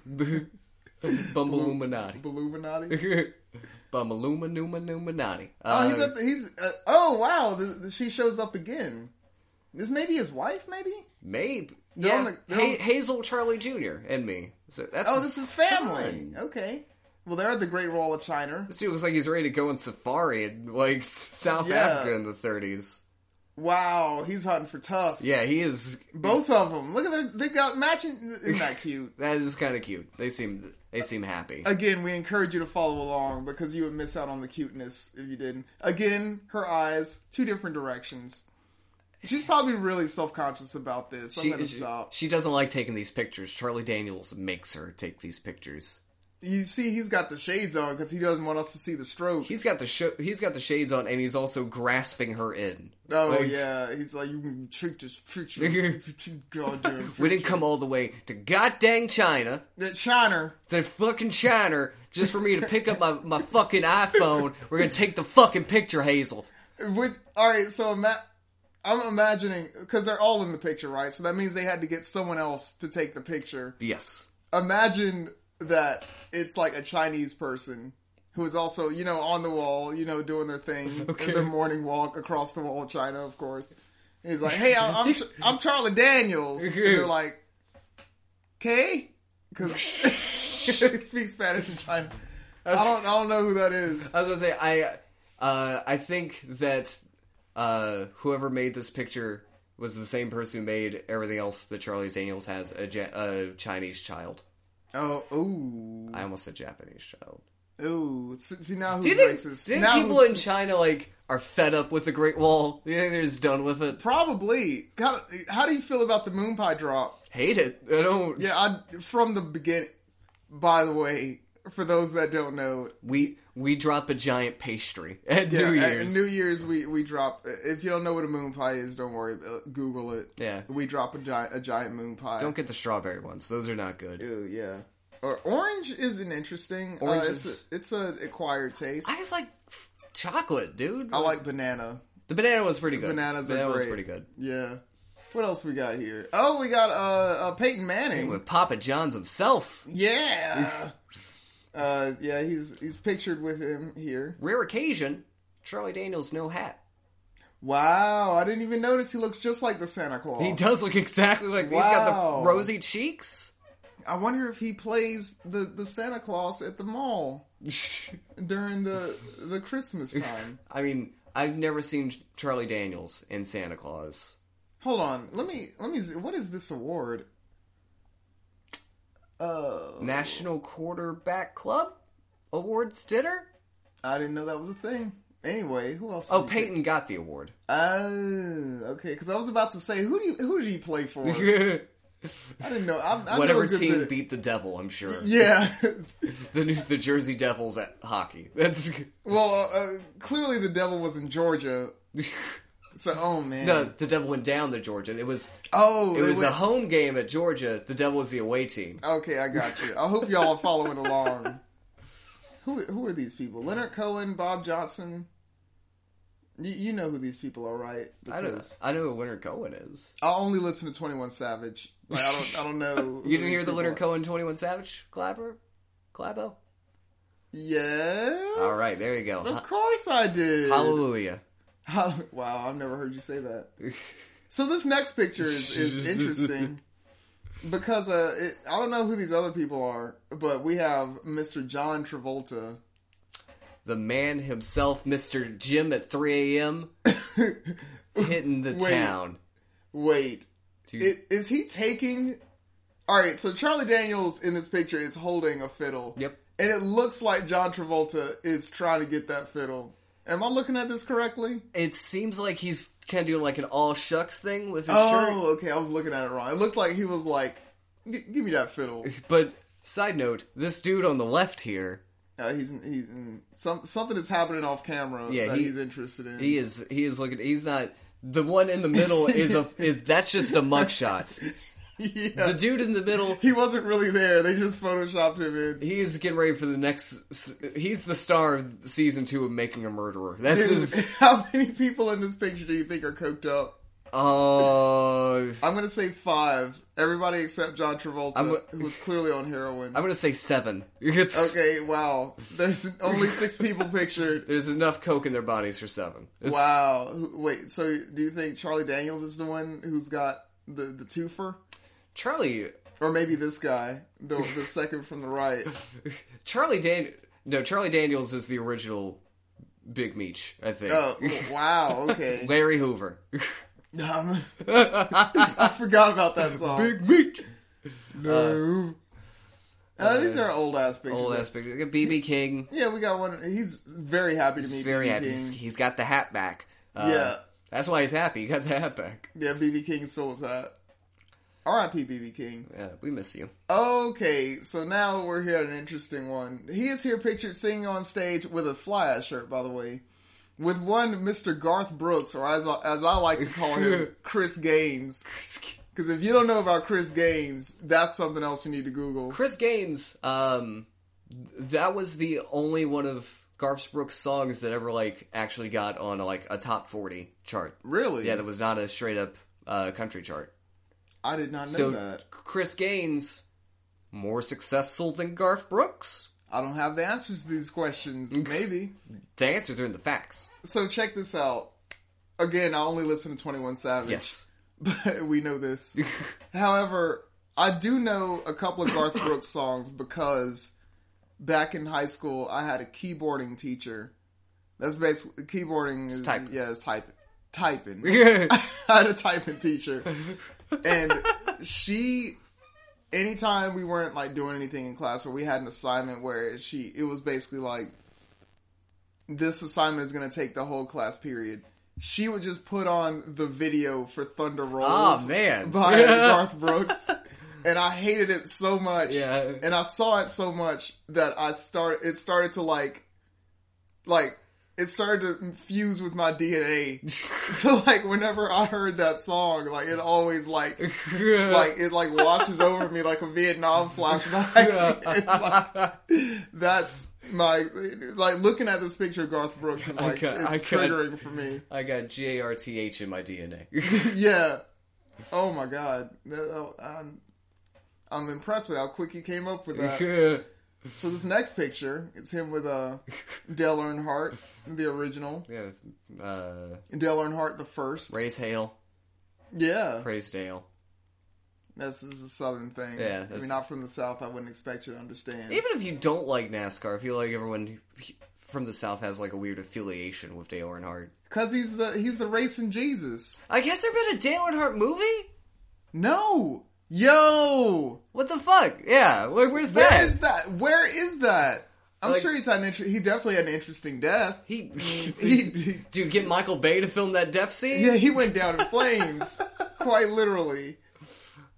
[SPEAKER 1] Bumble Illuminati.
[SPEAKER 2] Illuminati.
[SPEAKER 1] Bum Illuminati.
[SPEAKER 2] Oh, he's at the, he's. Uh, oh wow, the, the, she shows up again. This may be his wife, maybe.
[SPEAKER 1] Maybe.
[SPEAKER 2] They're
[SPEAKER 1] Yeah,
[SPEAKER 2] on the- they're
[SPEAKER 1] Ha-
[SPEAKER 2] on-
[SPEAKER 1] Hazel Charlie Jr. and me. So that's
[SPEAKER 2] Oh,
[SPEAKER 1] his
[SPEAKER 2] this is family.
[SPEAKER 1] son.
[SPEAKER 2] Okay. Well, they're at the Great Wall of China.
[SPEAKER 1] This dude looks like he's ready to go on safari in like South
[SPEAKER 2] Yeah.
[SPEAKER 1] Africa in the 30s.
[SPEAKER 2] Wow, he's hunting for tusks.
[SPEAKER 1] Yeah, he is
[SPEAKER 2] both of them. Look at them. They got matching. Isn't that cute?
[SPEAKER 1] That is kind of cute. They seem they seem happy.
[SPEAKER 2] Again, we encourage you to follow along because you would miss out on the cuteness if you didn't. Again, her eyes, two different directions. She's probably really self conscious about this. I'm
[SPEAKER 1] She,
[SPEAKER 2] gonna
[SPEAKER 1] she-
[SPEAKER 2] stop.
[SPEAKER 1] she doesn't like taking these pictures. Charlie Daniels makes her take these pictures.
[SPEAKER 2] You see, he's got the shades on because he doesn't want us to see the stroke.
[SPEAKER 1] He's got the sho he's got the shades on, and he's also grasping her in.
[SPEAKER 2] oh
[SPEAKER 1] Like,
[SPEAKER 2] yeah, he's like you can trick this picture. Goddamn,
[SPEAKER 1] We didn't come all the way to goddamn China,
[SPEAKER 2] that China.
[SPEAKER 1] to fucking China, just for me to pick up my, my fucking iPhone. We're gonna take the fucking picture, Hazel.
[SPEAKER 2] With all right, so ima- I'm imagining because they're all in the picture, right? So that means they had to get someone else to take the picture.
[SPEAKER 1] Yes.
[SPEAKER 2] imagine that it's like a Chinese person who is also, you know, on the wall, you know, doing their thing,
[SPEAKER 1] Okay.
[SPEAKER 2] their morning walk across the wall of China, of course. And he's like, "Hey, I'm I'm, I'm Charlie Daniels." And they're like, "Okay," because he speaks Spanish in China. I don't, I don't know who that is.
[SPEAKER 1] I was gonna say I uh, I think that uh, whoever made this picture was the same person who made everything else that Charlie Daniels has a, ja- a Chinese child.
[SPEAKER 2] Oh, ooh,
[SPEAKER 1] I almost said Japanese child.
[SPEAKER 2] ooh. See now who's
[SPEAKER 1] Do you think,
[SPEAKER 2] racist?
[SPEAKER 1] do you think
[SPEAKER 2] now
[SPEAKER 1] people
[SPEAKER 2] who's-
[SPEAKER 1] in China like are fed up with the Great Wall? Do you think they're just done with it?
[SPEAKER 2] probably. God, how do you feel about the moon pie drop?
[SPEAKER 1] Hate it. I don't.
[SPEAKER 2] Yeah, I from the beginning. By the way, for those that don't know,
[SPEAKER 1] We we drop a giant pastry at
[SPEAKER 2] yeah,
[SPEAKER 1] New
[SPEAKER 2] at
[SPEAKER 1] Year's.
[SPEAKER 2] New Year's we we drop. If you don't know what a moon pie is, don't worry. uh, Google it.
[SPEAKER 1] Yeah.
[SPEAKER 2] we drop a giant a giant moon pie.
[SPEAKER 1] Don't get the strawberry ones. Those are not good.
[SPEAKER 2] Ew, yeah. Or orange isn't interesting.
[SPEAKER 1] Orange
[SPEAKER 2] uh, it's
[SPEAKER 1] is-
[SPEAKER 2] a, it's an acquired taste.
[SPEAKER 1] I
[SPEAKER 2] I,
[SPEAKER 1] just like chocolate, dude.
[SPEAKER 2] like banana.
[SPEAKER 1] the banana was pretty good.
[SPEAKER 2] Oh. Bananas
[SPEAKER 1] banana
[SPEAKER 2] are
[SPEAKER 1] was
[SPEAKER 2] great.
[SPEAKER 1] pretty good.
[SPEAKER 2] Yeah. What else we got here? Oh, we got uh, uh Peyton Manning.
[SPEAKER 1] With Papa John's himself,
[SPEAKER 2] Yeah. uh, yeah, he's he's pictured with him here.
[SPEAKER 1] rare occasion, Charlie Daniels no hat.
[SPEAKER 2] Wow, I didn't even notice he looks just like the Santa Claus.
[SPEAKER 1] He does look exactly like he's got
[SPEAKER 2] Wow.
[SPEAKER 1] the rosy cheeks.
[SPEAKER 2] I wonder if he plays the the Santa Claus at the mall during the the Christmas time.
[SPEAKER 1] I mean, I've never seen Charlie Daniels in Santa Claus.
[SPEAKER 2] Hold on, let me let me. What is this award? Uh,
[SPEAKER 1] National Quarterback Club Awards dinner.
[SPEAKER 2] I didn't know that was a thing. Anyway, who else?
[SPEAKER 1] Oh,
[SPEAKER 2] is he-
[SPEAKER 1] Peyton got the award.
[SPEAKER 2] Oh, okay. Because I was about to say, who do you, who did he play for? I
[SPEAKER 1] Whatever
[SPEAKER 2] didn't know. I, I know a good
[SPEAKER 1] team
[SPEAKER 2] bit-
[SPEAKER 1] beat the devil, I'm sure.
[SPEAKER 2] Yeah.
[SPEAKER 1] The new, the Jersey Devils at hockey. That's
[SPEAKER 2] well, uh, clearly the devil was in Georgia. So, oh man.
[SPEAKER 1] no, the devil went down to Georgia. It was
[SPEAKER 2] oh,
[SPEAKER 1] it
[SPEAKER 2] they
[SPEAKER 1] was a
[SPEAKER 2] went-
[SPEAKER 1] home game at Georgia. The devil was the away team.
[SPEAKER 2] Okay, I got you. I hope y'all are following along. Who who are these people? Leonard Cohen, Bob Johnson. You, you know who these people are, right?
[SPEAKER 1] I know
[SPEAKER 2] Because
[SPEAKER 1] I know who Leonard Cohen is.
[SPEAKER 2] I only listen to Twenty One Savage. Like, I don't. I don't know.
[SPEAKER 1] You didn't hear the Leonard Cohen Twenty One Savage clapper, Clabo?
[SPEAKER 2] Yes.
[SPEAKER 1] All right, there you go.
[SPEAKER 2] Of course I did.
[SPEAKER 1] Hallelujah.
[SPEAKER 2] Hall- wow, I've never heard you say that. So this next picture is, is interesting because uh, it, I don't know who these other people are, but we have Mr. John Travolta.
[SPEAKER 1] The man himself, Mr. Jim, at 3 a.m. hitting the
[SPEAKER 2] Wait.
[SPEAKER 1] town.
[SPEAKER 2] Wait,
[SPEAKER 1] Dude,
[SPEAKER 2] is, is he taking? All right, so Charlie Daniels in this picture is holding a fiddle.
[SPEAKER 1] Yep.
[SPEAKER 2] and it looks like John Travolta is trying to get that fiddle. Am I looking at this correctly?
[SPEAKER 1] it seems like he's kind of doing like an all shucks thing with his shirt.
[SPEAKER 2] Oh, okay. I was looking at it wrong. It looked like he was like, "G- "Give me that fiddle."
[SPEAKER 1] But side note, this dude on the left here,
[SPEAKER 2] Uh, he's he's mm, some something is happening off camera
[SPEAKER 1] Yeah,
[SPEAKER 2] that
[SPEAKER 1] he-
[SPEAKER 2] he's interested in.
[SPEAKER 1] he is he is looking. He's not the one in the middle. is a is that's just a mugshot.
[SPEAKER 2] yeah.
[SPEAKER 1] The dude in the middle.
[SPEAKER 2] he wasn't really there. They just photoshopped him in.
[SPEAKER 1] He is getting ready for the next. s- He's the star of season two of Making a Murderer. That's
[SPEAKER 2] Dude,
[SPEAKER 1] his.
[SPEAKER 2] how many people in this picture do you think are coked up?
[SPEAKER 1] Oh,
[SPEAKER 2] I'm gonna say five. Everybody except John Travolta,
[SPEAKER 1] I'm-
[SPEAKER 2] who was clearly on heroin.
[SPEAKER 1] I'm gonna say seven. It's-
[SPEAKER 2] okay, wow. There's only six people pictured.
[SPEAKER 1] There's enough coke in their bodies for seven. It's-
[SPEAKER 2] Wow. Who- Wait. So do you think Charlie Daniels is the one who's got the the twofer,
[SPEAKER 1] Charlie,
[SPEAKER 2] or maybe this guy, the the second from the right?
[SPEAKER 1] Charlie Dan, no, Charlie Daniels is the original Big Meech, I think.
[SPEAKER 2] Oh wow. Okay.
[SPEAKER 1] Larry Hoover.
[SPEAKER 2] Um, I forgot about that song.
[SPEAKER 1] Meech.
[SPEAKER 2] no. Uh, these are old ass pictures.
[SPEAKER 1] Old ass picture. BB King.
[SPEAKER 2] Yeah, we got one. He's very happy to meet
[SPEAKER 1] Very
[SPEAKER 2] BB
[SPEAKER 1] happy. He's,
[SPEAKER 2] King.
[SPEAKER 1] he's got the hat back. Uh,
[SPEAKER 2] Yeah.
[SPEAKER 1] that's why he's happy. He got the hat back.
[SPEAKER 2] Yeah, BB King stole his hat. R.I.P. BB King.
[SPEAKER 1] Yeah, we miss you.
[SPEAKER 2] Okay, so now we're here at an interesting one. He is here pictured singing on stage with a fly ass shirt, by the way, with one Mr. Garth Brooks, or as I, as I like to call him, Chris Gaines. Because if you don't know about Chris Gaines, that's something else you need to Google.
[SPEAKER 1] Chris Gaines. Um, that was the only one of Garth Brooks' songs that ever like actually got on like a top forty chart.
[SPEAKER 2] Really?
[SPEAKER 1] Yeah, that was not a straight up uh, country chart.
[SPEAKER 2] I did not know
[SPEAKER 1] So
[SPEAKER 2] that.
[SPEAKER 1] Chris Gaines more successful than Garth Brooks?
[SPEAKER 2] I don't have the answers to these questions. Maybe.
[SPEAKER 1] The answers are in the facts.
[SPEAKER 2] So check this out. Again, I only listen to 21 Savage.
[SPEAKER 1] Yes.
[SPEAKER 2] But we know this. However, I do know a couple of Garth Brooks songs because back in high school, I had a keyboarding teacher. That's basically keyboarding is
[SPEAKER 1] typing.
[SPEAKER 2] yeah, it's typing. Typing.
[SPEAKER 1] yeah.
[SPEAKER 2] I had a typing teacher, and she, anytime we weren't like doing anything in class, or we had an assignment where she, it was basically like, this assignment is going to take the whole class period. She would just put on the video for Thunder Rolls,
[SPEAKER 1] Aw, man.
[SPEAKER 2] by Garth Brooks, and I hated it so much,
[SPEAKER 1] Yeah.
[SPEAKER 2] and I saw it so much that I start, it started to like, like. it started to fuse with my DNA. so like whenever I heard that song, like it always like like it like washes over me like a Vietnam flashback. And, like, that's my like looking at this picture of Garth Brooks is like
[SPEAKER 1] got-
[SPEAKER 2] it's
[SPEAKER 1] I got-
[SPEAKER 2] triggering for me.
[SPEAKER 1] I got G A R T H in my DNA.
[SPEAKER 2] yeah. Oh my god. No, oh, I'm, I'm impressed with how quick you came up with that.
[SPEAKER 1] yeah,
[SPEAKER 2] So this next picture, it's him with uh, Dale Earnhardt, the original.
[SPEAKER 1] uh,
[SPEAKER 2] Dale Earnhardt the first.
[SPEAKER 1] raise hail,
[SPEAKER 2] Yeah,
[SPEAKER 1] praise Dale.
[SPEAKER 2] this is a southern thing.
[SPEAKER 1] Yeah,
[SPEAKER 2] I
[SPEAKER 1] that's-
[SPEAKER 2] mean, not from the south. I wouldn't expect you to understand.
[SPEAKER 1] Even if you don't like NASCAR, I feel like everyone from the South has like a weird affiliation with Dale Earnhardt.
[SPEAKER 2] Cause he's the he's the racing Jesus.
[SPEAKER 1] I guess there been a Dale Earnhardt movie.
[SPEAKER 2] No, yo,
[SPEAKER 1] What the fuck? Yeah, like where's that?
[SPEAKER 2] where is that? Where is that? I'm
[SPEAKER 1] Like-
[SPEAKER 2] sure he's had an inter- he definitely had an interesting death.
[SPEAKER 1] He,
[SPEAKER 2] He-
[SPEAKER 1] dude, get Michael Bay to film that death scene.
[SPEAKER 2] Yeah, he went down in flames, quite literally.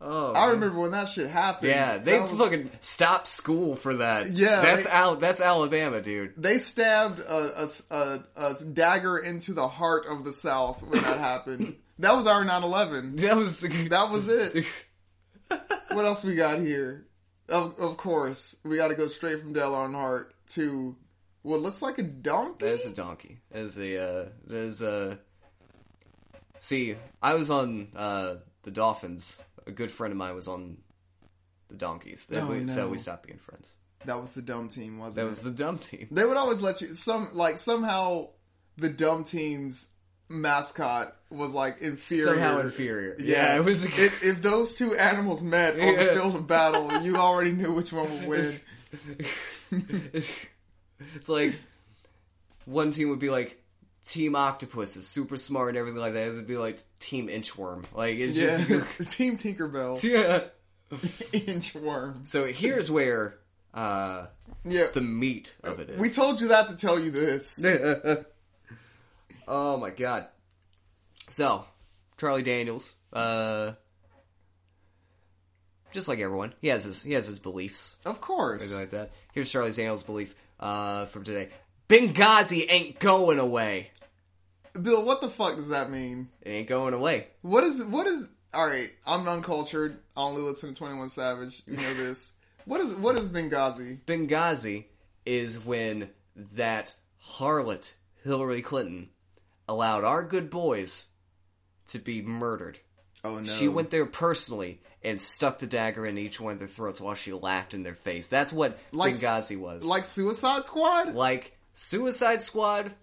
[SPEAKER 1] Oh,
[SPEAKER 2] I remember when that shit happened.
[SPEAKER 1] yeah, they
[SPEAKER 2] That was-
[SPEAKER 1] fucking stopped school for that.
[SPEAKER 2] Yeah,
[SPEAKER 1] that's
[SPEAKER 2] they-
[SPEAKER 1] Al. That's Alabama, dude.
[SPEAKER 2] they stabbed a, a, a, a dagger into the heart of the South when that happened. That was our 9/11.
[SPEAKER 1] That was
[SPEAKER 2] That was it. what else we got here? Of, of course, we got to go straight from Dale Earnhardt to what looks like a donkey.
[SPEAKER 1] That's a donkey. As a uh, there's a. See, I was on uh, the Dolphins. A good friend of mine was on the Donkeys. Then
[SPEAKER 2] Oh,
[SPEAKER 1] we, So
[SPEAKER 2] no.
[SPEAKER 1] we stopped being friends.
[SPEAKER 2] that was the dumb team, wasn't
[SPEAKER 1] That
[SPEAKER 2] it?
[SPEAKER 1] was the dumb team.
[SPEAKER 2] They would always let you some like somehow the dumb team's mascot was like inferior.
[SPEAKER 1] Somehow inferior. Yeah, it was.
[SPEAKER 2] if, if those two animals met on the
[SPEAKER 1] Yeah.
[SPEAKER 2] field of battle, you already knew which one would win.
[SPEAKER 1] it's like one team would be like Team Octopus is super smart and everything like that. It would be like Team Inchworm. Like it's
[SPEAKER 2] Yeah,
[SPEAKER 1] just
[SPEAKER 2] Team Tinkerbell,
[SPEAKER 1] yeah.
[SPEAKER 2] inchworm.
[SPEAKER 1] So here's where uh,
[SPEAKER 2] Yeah,
[SPEAKER 1] the meat of it is.
[SPEAKER 2] we told you that to tell you this.
[SPEAKER 1] oh my god. So, Charlie Daniels, uh just like everyone, he has his he has his beliefs
[SPEAKER 2] Of course,
[SPEAKER 1] something like that. Here's Charlie Daniels' belief uh from today. Benghazi ain't going away.
[SPEAKER 2] Bill. What the fuck does that mean?
[SPEAKER 1] It ain't going away.
[SPEAKER 2] What is what is? All right, I'm uncultured. I only listen to Twenty One Savage. You know this. What is what is Benghazi?
[SPEAKER 1] Benghazi is when that harlot Hillary Clinton allowed our good boys to be murdered.
[SPEAKER 2] Oh no,
[SPEAKER 1] She went there personally and stuck the dagger in each one of their throats while she laughed in their face. That's what
[SPEAKER 2] Like-
[SPEAKER 1] Benghazi was.
[SPEAKER 2] like Suicide Squad.
[SPEAKER 1] Like, Suicide Squad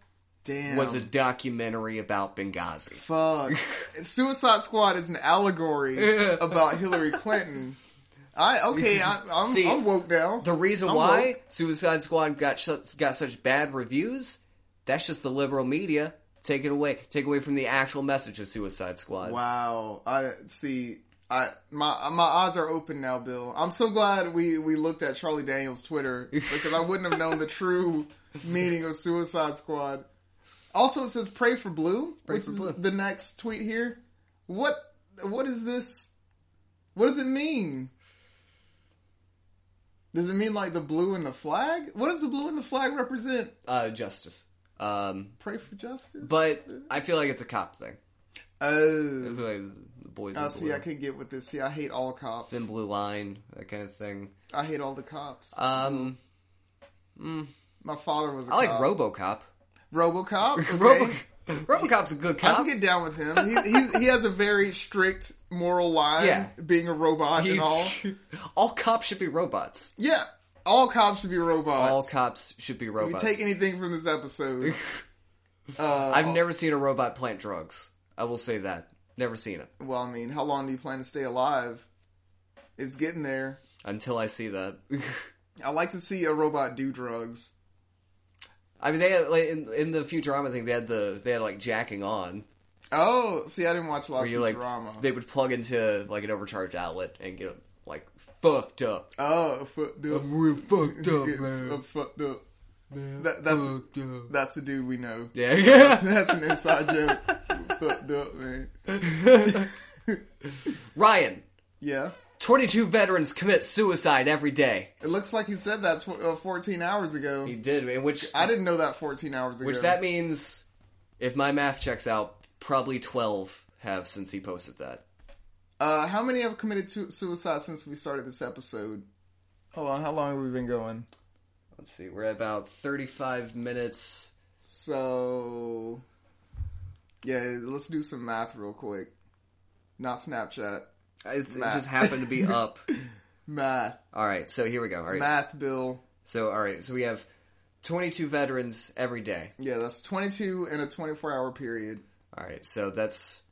[SPEAKER 2] Damn,
[SPEAKER 1] was a documentary about Benghazi.
[SPEAKER 2] Fuck. Suicide Squad is an allegory about Hillary Clinton. I okay, I, I'm,
[SPEAKER 1] See,
[SPEAKER 2] I'm woke now.
[SPEAKER 1] The reason
[SPEAKER 2] I'm
[SPEAKER 1] why
[SPEAKER 2] woke.
[SPEAKER 1] Suicide Squad got such, got such bad reviews, that's just the liberal media taking away take away from the actual message of Suicide Squad.
[SPEAKER 2] Wow, I see. I my my eyes are open now, Bill. I'm so glad we we looked at Charlie Daniels' Twitter because I wouldn't have known the true meaning of Suicide Squad. Also, it says "Pray for Blue," which
[SPEAKER 1] for
[SPEAKER 2] is
[SPEAKER 1] Blue.
[SPEAKER 2] the next tweet here. What what is this? What does it mean? Does it mean like the blue and the flag? What does the blue and the flag represent?
[SPEAKER 1] Uh, justice. Um,
[SPEAKER 2] Pray for justice.
[SPEAKER 1] but I feel like it's a cop thing. I
[SPEAKER 2] oh,
[SPEAKER 1] feel like the boys
[SPEAKER 2] I
[SPEAKER 1] in
[SPEAKER 2] see.
[SPEAKER 1] blue,
[SPEAKER 2] I can get with this. See, I hate all cops.
[SPEAKER 1] in blue line, that kind of thing.
[SPEAKER 2] I hate all the cops.
[SPEAKER 1] Um,
[SPEAKER 2] My father was a
[SPEAKER 1] I like
[SPEAKER 2] cop.
[SPEAKER 1] RoboCop.
[SPEAKER 2] RoboCop. Okay.
[SPEAKER 1] Robo- RoboCop's a good
[SPEAKER 2] I
[SPEAKER 1] cop.
[SPEAKER 2] can get down with him. He, he's, he has a very strict moral line,
[SPEAKER 1] Yeah.
[SPEAKER 2] being a robot and
[SPEAKER 1] He's-
[SPEAKER 2] all.
[SPEAKER 1] all cops should be robots.
[SPEAKER 2] Yeah, all cops should be
[SPEAKER 1] All
[SPEAKER 2] robots.
[SPEAKER 1] cops should be
[SPEAKER 2] If
[SPEAKER 1] robots.
[SPEAKER 2] you take anything from this episode, uh,
[SPEAKER 1] I've never seen a robot plant drugs. I will say that. Never seen it.
[SPEAKER 2] well, I mean, how long do you plan to stay alive? It's getting there.
[SPEAKER 1] Until I see that.
[SPEAKER 2] I like to see a robot do drugs.
[SPEAKER 1] I mean, they had, like, in, in the Futurama thing, they had the, they had, like, jacking on.
[SPEAKER 2] Oh, see, I didn't watch a lot
[SPEAKER 1] Where
[SPEAKER 2] of
[SPEAKER 1] you, like,
[SPEAKER 2] drama.
[SPEAKER 1] they would plug into, like, an overcharged outlet and get, like, fucked up.
[SPEAKER 2] oh, fucked up.
[SPEAKER 1] We're fucked up,
[SPEAKER 2] I'm fucked up. That, that's that's the dude we know.
[SPEAKER 1] Yeah,
[SPEAKER 2] That's,
[SPEAKER 1] yeah.
[SPEAKER 2] that's an inside joke. Fucked up, man.
[SPEAKER 1] Ryan,
[SPEAKER 2] Yeah.
[SPEAKER 1] 22 veterans commit suicide every day.
[SPEAKER 2] It looks like he said that tw- uh, 14 hours ago.
[SPEAKER 1] He did, in which
[SPEAKER 2] I didn't know that 14 hours ago.
[SPEAKER 1] which that means, if my math checks out, probably 12 have since he posted that.
[SPEAKER 2] Uh, how many have committed to suicide since we started this episode? Hold on, how long have we been going?
[SPEAKER 1] Let's see, we're at about 35 minutes.
[SPEAKER 2] So, yeah, let's do some math real quick. Not Snapchat.
[SPEAKER 1] It's, it
[SPEAKER 2] Math.
[SPEAKER 1] just happened to be up.
[SPEAKER 2] Math.
[SPEAKER 1] All right, so here we go. All right,
[SPEAKER 2] Math, Bill.
[SPEAKER 1] so all right, so we have 22 veterans every day.
[SPEAKER 2] Yeah, that's 22 in a 24 hour period.
[SPEAKER 1] All right, so that's.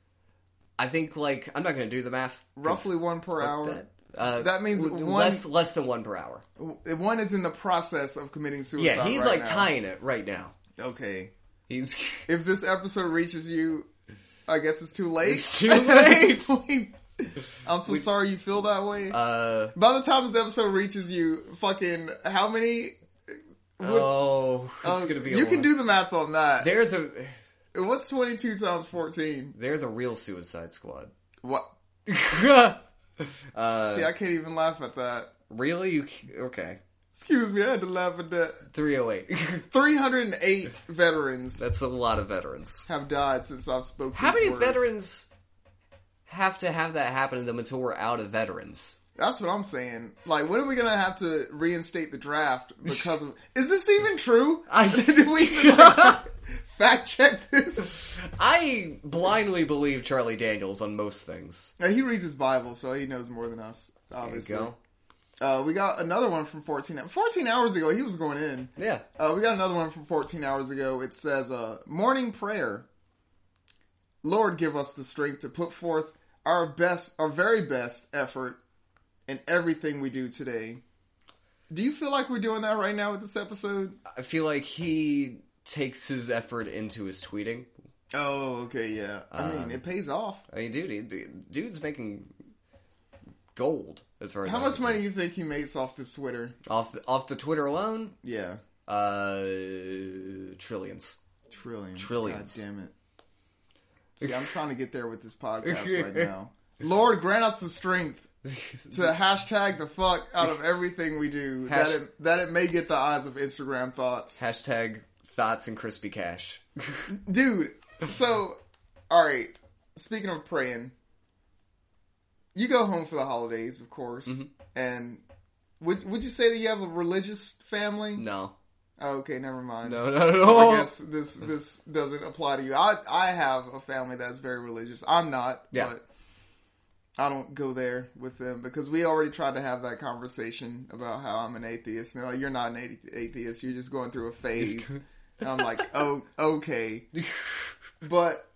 [SPEAKER 1] I think like I'm not going to do the math. 'cause
[SPEAKER 2] Roughly one per hour.
[SPEAKER 1] That, uh,
[SPEAKER 2] That means
[SPEAKER 1] w-
[SPEAKER 2] one-
[SPEAKER 1] less less than one per hour.
[SPEAKER 2] W- One is in the process of committing suicide.
[SPEAKER 1] Yeah, he's like
[SPEAKER 2] right now.
[SPEAKER 1] tying it right now.
[SPEAKER 2] Okay.
[SPEAKER 1] He's
[SPEAKER 2] If this episode reaches you, I guess it's too late.
[SPEAKER 1] It's too late.
[SPEAKER 2] I'm so sorry you feel that way.
[SPEAKER 1] uh
[SPEAKER 2] By the time this episode reaches you, fucking how many?
[SPEAKER 1] oh, it's
[SPEAKER 2] um,
[SPEAKER 1] gonna be. A
[SPEAKER 2] you can
[SPEAKER 1] lot.
[SPEAKER 2] do the math on that.
[SPEAKER 1] They're the
[SPEAKER 2] What's 22 times 14?
[SPEAKER 1] they're the real Suicide Squad.
[SPEAKER 2] What?
[SPEAKER 1] uh,
[SPEAKER 2] See, I can't even laugh at that.
[SPEAKER 1] really? You c- okay?
[SPEAKER 2] Excuse me, I had to laugh at that.
[SPEAKER 1] Three oh eight.
[SPEAKER 2] 308 veterans
[SPEAKER 1] That's a lot of veterans.
[SPEAKER 2] have died since I've spoken.
[SPEAKER 1] How
[SPEAKER 2] these
[SPEAKER 1] many
[SPEAKER 2] words.
[SPEAKER 1] veterans have to have that happen to them until we're out of veterans?
[SPEAKER 2] That's what I'm saying. Like, when are we gonna have to reinstate the draft because of? Is this even true?
[SPEAKER 1] I-
[SPEAKER 2] Did we even, like, fact check this?
[SPEAKER 1] I blindly believe Charlie Daniels on most things.
[SPEAKER 2] Now, he reads his Bible, so he knows more than us.
[SPEAKER 1] There you
[SPEAKER 2] Obviously,
[SPEAKER 1] go.
[SPEAKER 2] Uh, we got another one from 14. hou- 14 hours ago, he was going in.
[SPEAKER 1] Yeah.
[SPEAKER 2] Uh, we got another one from 14 hours ago. It says, uh, Morning prayer. Lord, give us the strength to put forth our best, our very best effort in everything we do today. Do you feel like we're doing that right now with this episode?
[SPEAKER 1] I feel like he takes his effort into his tweeting.
[SPEAKER 2] Oh, okay, yeah. Um, I mean, it pays off.
[SPEAKER 1] I mean, dude, he- dude's making gold as far as
[SPEAKER 2] How
[SPEAKER 1] I'm
[SPEAKER 2] much
[SPEAKER 1] concerned.
[SPEAKER 2] money do you think he makes off this Twitter?
[SPEAKER 1] off the, off the Twitter alone?
[SPEAKER 2] Yeah,
[SPEAKER 1] Uh, trillions.
[SPEAKER 2] trillions.
[SPEAKER 1] Trillions.
[SPEAKER 2] God damn it. See, I'm trying to get there with this podcast right now. Lord, grant us the strength to hashtag the fuck out of everything we do
[SPEAKER 1] Hash-
[SPEAKER 2] that it that it may get the eyes of Instagram thoughts,
[SPEAKER 1] Hashtag thoughts and crispy cash.
[SPEAKER 2] dude. So, all right. Speaking of praying, you go home for the holidays, of course,
[SPEAKER 1] Mm-hmm.
[SPEAKER 2] and would would you say that you have a religious family?
[SPEAKER 1] no,
[SPEAKER 2] Oh, okay, never mind.
[SPEAKER 1] no, no,
[SPEAKER 2] I
[SPEAKER 1] no.
[SPEAKER 2] guess this this doesn't apply to you. I I have a family that's very religious. I'm not,
[SPEAKER 1] Yeah.
[SPEAKER 2] but I don't go there with them because we already tried to have that conversation about how I'm an atheist. And they're like, "You're not an athe- atheist. You're just going through a phase." and I'm like, "Oh, okay." But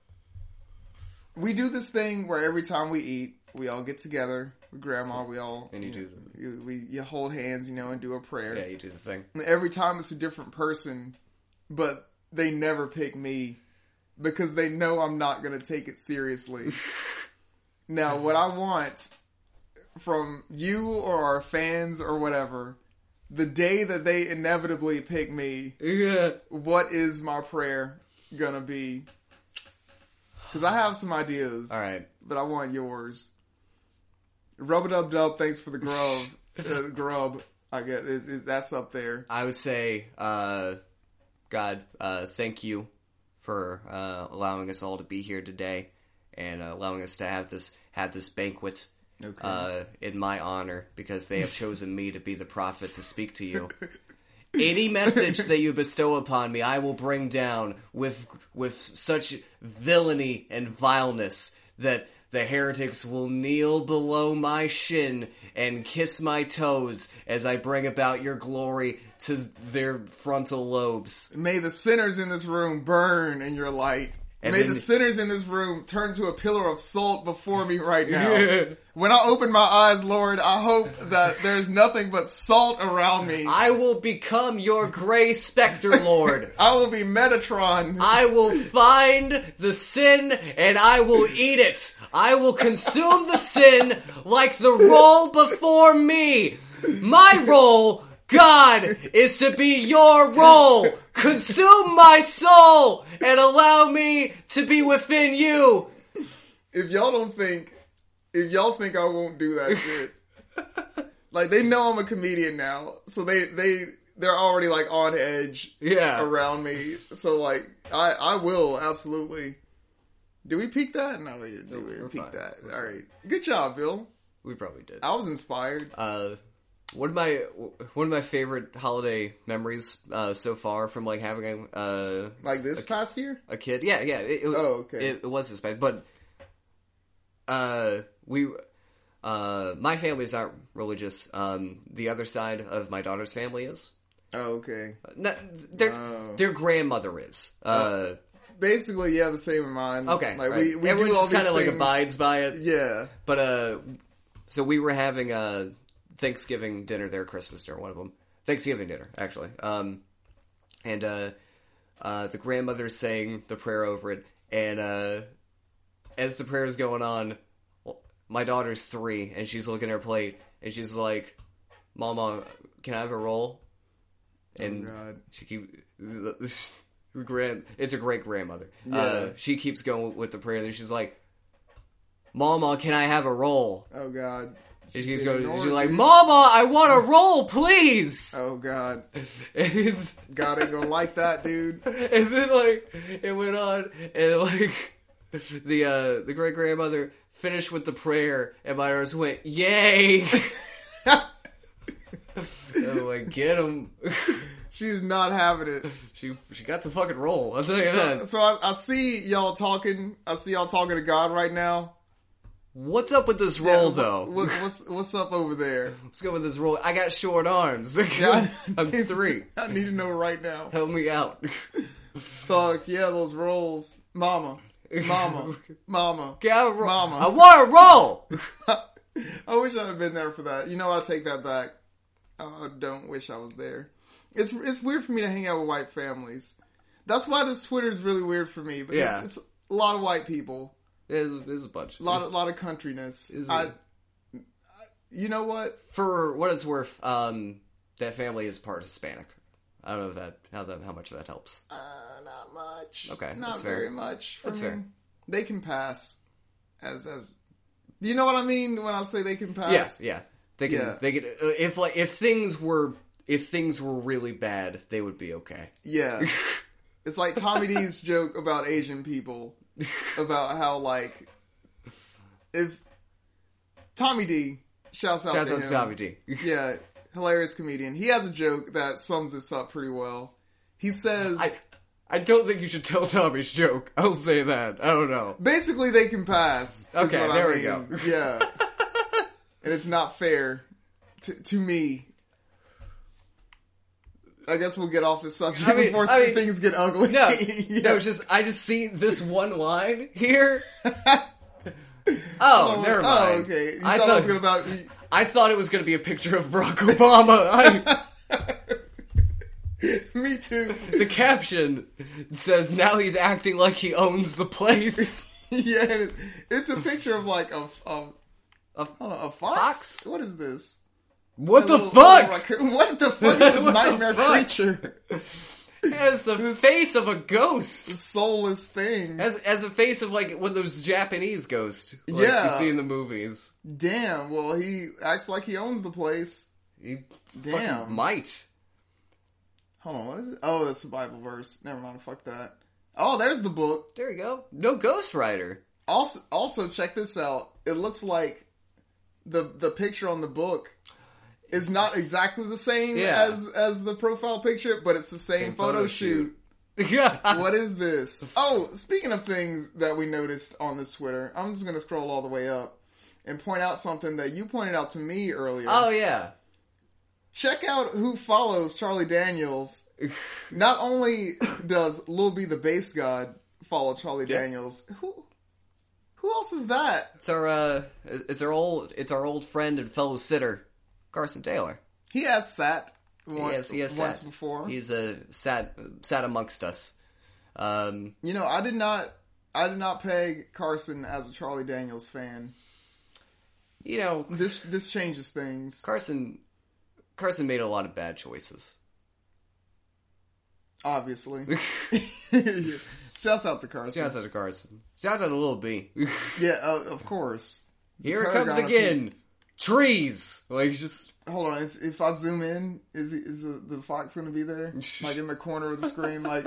[SPEAKER 2] we do this thing where every time we eat, we all get together. with Grandma, we all
[SPEAKER 1] And you
[SPEAKER 2] know, you, we you hold hands, you know, and do a prayer
[SPEAKER 1] yeah, you do the thing.
[SPEAKER 2] every time it's a different person, but they never pick me because they know I'm not going to take it seriously. now, what I want from you or our fans or whatever, the day that they inevitably pick me,
[SPEAKER 1] Yeah.
[SPEAKER 2] what is my prayer going to be? Because I have some ideas,
[SPEAKER 1] All right.
[SPEAKER 2] but I want yours. Rub a dub dub, thanks for the grub. uh, grub, I guess, is, is, that's up there.
[SPEAKER 1] I would say, uh, God, uh, thank you for uh, allowing us all to be here today and uh, allowing us to have this have this banquet
[SPEAKER 2] Okay.
[SPEAKER 1] uh, in my honor because they have chosen me to be the prophet to speak to you. Any message that you bestow upon me, I will bring down with with such villainy and vileness that the heretics will kneel below my shin and kiss my toes as I bring about your glory to their frontal lobes.
[SPEAKER 2] May the sinners in this room burn in your light.
[SPEAKER 1] And
[SPEAKER 2] May
[SPEAKER 1] then-
[SPEAKER 2] the sinners in this room turn to a pillar of salt before me right now. when I open my eyes, Lord, I hope that there's nothing but salt around me. I,
[SPEAKER 1] I will become your gray specter lord.
[SPEAKER 2] will be Metatron.
[SPEAKER 1] I will find the sin and I will eat it. I will consume the sin like the roll before me. My role, God, is to be your role. Consume my soul and allow me to be within you.
[SPEAKER 2] if y'all don't think, if y'all think I won't do that shit, Like they know I'm a comedian now, so they they they're already like on edge
[SPEAKER 1] Yeah.
[SPEAKER 2] around me. So like I I will absolutely. Did we peak that? No, we didn't. we
[SPEAKER 1] we're
[SPEAKER 2] didn't peak
[SPEAKER 1] fine.
[SPEAKER 2] that. All right, good job, Bill.
[SPEAKER 1] We probably did.
[SPEAKER 2] I was inspired.
[SPEAKER 1] Uh, one of my one of my favorite holiday memories uh, so far from like having a uh,
[SPEAKER 2] Like this past year,
[SPEAKER 1] a kid. Yeah, yeah. It, it was,
[SPEAKER 2] Oh, okay.
[SPEAKER 1] It, it was his bad, but uh, we, uh, my family's not religious. Um, the other side of my daughter's family is.
[SPEAKER 2] oh, okay.
[SPEAKER 1] Not, their
[SPEAKER 2] Oh.
[SPEAKER 1] their grandmother is. Uh,
[SPEAKER 2] Basically, you have the same in mind.
[SPEAKER 1] okay,
[SPEAKER 2] Oh. like
[SPEAKER 1] right.
[SPEAKER 2] we we
[SPEAKER 1] everyone
[SPEAKER 2] do all
[SPEAKER 1] just
[SPEAKER 2] these
[SPEAKER 1] kind of like
[SPEAKER 2] things.
[SPEAKER 1] abides by it.
[SPEAKER 2] Yeah.
[SPEAKER 1] But uh, so we were having a Thanksgiving dinner there, Christmas dinner, one of them. Thanksgiving dinner, actually. Um, and uh, uh, the grandmother saying the prayer over it, and uh, as the prayer is going on, well, my daughter's three, and she's looking at her plate, and she's like, "Mama, can I have a roll?" And
[SPEAKER 2] Oh, God.
[SPEAKER 1] she keep grand. It's a great grandmother.
[SPEAKER 2] Yeah.
[SPEAKER 1] Uh, she keeps going with the prayer, and then she's like, "Mama, can I have a roll?"
[SPEAKER 2] Oh God.
[SPEAKER 1] She
[SPEAKER 2] She's
[SPEAKER 1] keeps
[SPEAKER 2] being
[SPEAKER 1] going. She's
[SPEAKER 2] ignored,
[SPEAKER 1] like,
[SPEAKER 2] dude.
[SPEAKER 1] "Mama, I want a roll, please."
[SPEAKER 2] Oh God.
[SPEAKER 1] It's-
[SPEAKER 2] God ain't gonna like that, dude.
[SPEAKER 1] and then like it went on, and like the uh, the great grandmother finished with the prayer, and my nurse went, "Yay!" I'm like, "Get him."
[SPEAKER 2] She's not having it.
[SPEAKER 1] she she got the fucking roll. I'll tell you
[SPEAKER 2] So,
[SPEAKER 1] that.
[SPEAKER 2] so I, I see y'all talking. I see y'all talking to God right now.
[SPEAKER 1] What's up with this roll,
[SPEAKER 2] Yeah,
[SPEAKER 1] though?
[SPEAKER 2] What, what's what's up over there?
[SPEAKER 1] What's good with this roll? I got short arms.
[SPEAKER 2] I-
[SPEAKER 1] I'm three.
[SPEAKER 2] I need to know right now.
[SPEAKER 1] Help me out.
[SPEAKER 2] Fuck yeah, those rolls, Mama, Mama, Mama.
[SPEAKER 1] Get out of roll.
[SPEAKER 2] Mama.
[SPEAKER 1] I want a roll.
[SPEAKER 2] I wish I had been there for that. You know, I take that back. I don't wish I was there. It's it's weird for me to hang out with white families. That's why this Twitter is really weird for me. Because
[SPEAKER 1] Yeah.
[SPEAKER 2] it's a lot of white people,
[SPEAKER 1] There's, there's a bunch.
[SPEAKER 2] a lot of, lot of countryness.
[SPEAKER 1] Is
[SPEAKER 2] I,
[SPEAKER 1] it?
[SPEAKER 2] I- you know what?
[SPEAKER 1] For what it's worth, um, that family is part Hispanic. I don't know if that how that how much that helps.
[SPEAKER 2] Uh, not much.
[SPEAKER 1] Okay,
[SPEAKER 2] not
[SPEAKER 1] that's fair.
[SPEAKER 2] very much. For
[SPEAKER 1] That's
[SPEAKER 2] me.
[SPEAKER 1] fair.
[SPEAKER 2] They can pass as as. You know what I mean when I say they can pass?
[SPEAKER 1] Yeah, yeah. They can
[SPEAKER 2] Yeah.
[SPEAKER 1] they can uh, if like if things were if things were really bad, they would be okay.
[SPEAKER 2] Yeah. it's like Tommy D's joke about Asian people about how like if Tommy D shouts out
[SPEAKER 1] Shouts
[SPEAKER 2] to
[SPEAKER 1] out
[SPEAKER 2] him.
[SPEAKER 1] to Tommy D.
[SPEAKER 2] Yeah, hilarious comedian. He has a joke that sums this up pretty well. He says
[SPEAKER 1] I I don't think you should tell Tommy's joke. I'll say that. I don't know.
[SPEAKER 2] basically they can pass. is
[SPEAKER 1] Okay,
[SPEAKER 2] what I
[SPEAKER 1] there we
[SPEAKER 2] mean.
[SPEAKER 1] go.
[SPEAKER 2] Yeah. and it's not fair to, to me. I guess we'll get off the subject
[SPEAKER 1] I mean-
[SPEAKER 2] before
[SPEAKER 1] I mean-
[SPEAKER 2] things get ugly.
[SPEAKER 1] No,
[SPEAKER 2] Yeah.
[SPEAKER 1] no, it's just I just see this one line here. Oh, never mind.
[SPEAKER 2] Oh, okay. You
[SPEAKER 1] I
[SPEAKER 2] thought,
[SPEAKER 1] thought,
[SPEAKER 2] it was about.
[SPEAKER 1] I thought it was going to be a picture of Barack Obama. I,
[SPEAKER 2] Me too.
[SPEAKER 1] the caption says now he's acting like he owns the place.
[SPEAKER 2] yeah, it- it's a picture of like a a,
[SPEAKER 1] A-
[SPEAKER 2] I don't know, a fox?
[SPEAKER 1] fox?
[SPEAKER 2] What is this?
[SPEAKER 1] What the
[SPEAKER 2] A little- little
[SPEAKER 1] fuck?
[SPEAKER 2] raccoon. What the fuck is this
[SPEAKER 1] What the
[SPEAKER 2] nightmare
[SPEAKER 1] fuck?
[SPEAKER 2] creature?
[SPEAKER 1] Has the face of a ghost.
[SPEAKER 2] Soulless thing.
[SPEAKER 1] As as a face of like one of those Japanese ghosts like
[SPEAKER 2] Yeah.
[SPEAKER 1] you see in the movies.
[SPEAKER 2] Damn. Well, he acts like he owns the place.
[SPEAKER 1] You
[SPEAKER 2] Damn.
[SPEAKER 1] fucking might.
[SPEAKER 2] Hold on. What is it? Oh, that's the Bible verse. Never mind. Fuck that. Oh, there's the book.
[SPEAKER 1] There you go. No Ghost Rider.
[SPEAKER 2] Also, also check this out. It looks like the the picture on the book is not exactly the same
[SPEAKER 1] Yeah.
[SPEAKER 2] as as the profile picture, but it's the same,
[SPEAKER 1] Same
[SPEAKER 2] photo,
[SPEAKER 1] photo
[SPEAKER 2] shoot.
[SPEAKER 1] shoot. Yeah.
[SPEAKER 2] What is this? Oh, speaking of things that we noticed on this Twitter, I'm just gonna scroll all the way up and point out something that you pointed out to me earlier.
[SPEAKER 1] Oh yeah.
[SPEAKER 2] Check out who follows Charlie Daniels. Not only does Lil B the bass god follow Charlie
[SPEAKER 1] Yeah.
[SPEAKER 2] Daniels, who who else is that?
[SPEAKER 1] It's our uh, it's our old it's our old friend and fellow sitter, Carson Taylor.
[SPEAKER 2] He has sat once,
[SPEAKER 1] yes, he has
[SPEAKER 2] once
[SPEAKER 1] sat.
[SPEAKER 2] before.
[SPEAKER 1] He's a sat sat amongst us. Um,
[SPEAKER 2] you know, I did not, I did not peg Carson as a Charlie Daniels fan.
[SPEAKER 1] you know,
[SPEAKER 2] This this changes things.
[SPEAKER 1] Carson Carson made a lot of bad choices.
[SPEAKER 2] Obviously, shouts out to Carson.
[SPEAKER 1] Shout out to Carson. Shout out to Lil B.
[SPEAKER 2] Yeah, uh, of course.
[SPEAKER 1] Here it
[SPEAKER 2] Paragon
[SPEAKER 1] comes
[SPEAKER 2] of
[SPEAKER 1] again. trees. Like it's just
[SPEAKER 2] Hold on, it's, if I zoom in, is is the, the fox going to be there? Like in the corner of the screen, like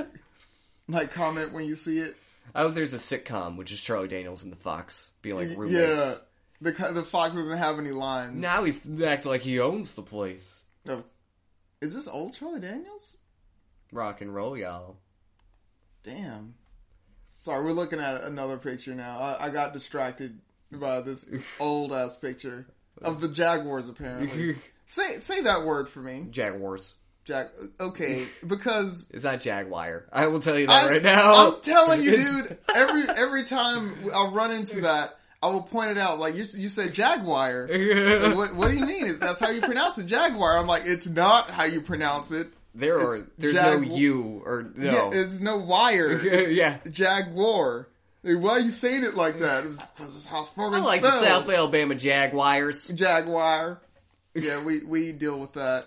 [SPEAKER 2] like comment when you see it.
[SPEAKER 1] I hope there's a sitcom which is Charlie Daniels and the Fox being like roommates.
[SPEAKER 2] Yeah, the co- the fox doesn't have any lines.
[SPEAKER 1] Now he's acting like he owns the place.
[SPEAKER 2] Oh. Is this old Charlie Daniels?
[SPEAKER 1] Rock and roll, y'all.
[SPEAKER 2] Damn. Sorry, we're looking at another picture now. I, I got distracted by this, this old ass picture of the Jaguars. Apparently, say say that word for me,
[SPEAKER 1] Jaguars.
[SPEAKER 2] Jack. Okay, because
[SPEAKER 1] It's not Jaguar. I will tell you that
[SPEAKER 2] I-
[SPEAKER 1] right now.
[SPEAKER 2] I'm telling you,
[SPEAKER 1] It's-
[SPEAKER 2] dude. Every every time I run into that, I will point it out. Like you, you said Jaguar. Like, what, what do you mean? That's how you pronounce it, Jaguar. I'm like, it's not how you pronounce it.
[SPEAKER 1] there are
[SPEAKER 2] it's
[SPEAKER 1] there's no
[SPEAKER 2] Jagu-
[SPEAKER 1] you or
[SPEAKER 2] Yeah,
[SPEAKER 1] no.
[SPEAKER 2] it's no wire. It's
[SPEAKER 1] yeah.
[SPEAKER 2] Jaguar. Like, why are you saying it like that? It's, 'cause it's how it's fucking
[SPEAKER 1] I like the
[SPEAKER 2] spelled.
[SPEAKER 1] South Alabama Jaguars.
[SPEAKER 2] Jaguar. Yeah, we, we deal with that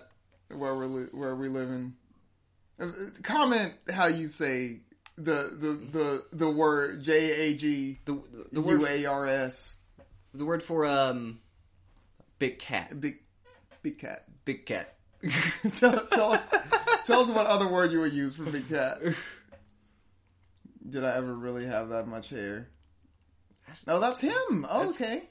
[SPEAKER 2] where we're li- where we living. Uh, Comment how you say the the the, the word J A G
[SPEAKER 1] The, the word
[SPEAKER 2] U A R S
[SPEAKER 1] the word for um big cat.
[SPEAKER 2] big big cat.
[SPEAKER 1] Big cat.
[SPEAKER 2] tell, tell us tell us what other word you would use for big cat. Did I ever really have that much hair? No, that's him. Oh,
[SPEAKER 1] That's-
[SPEAKER 2] okay.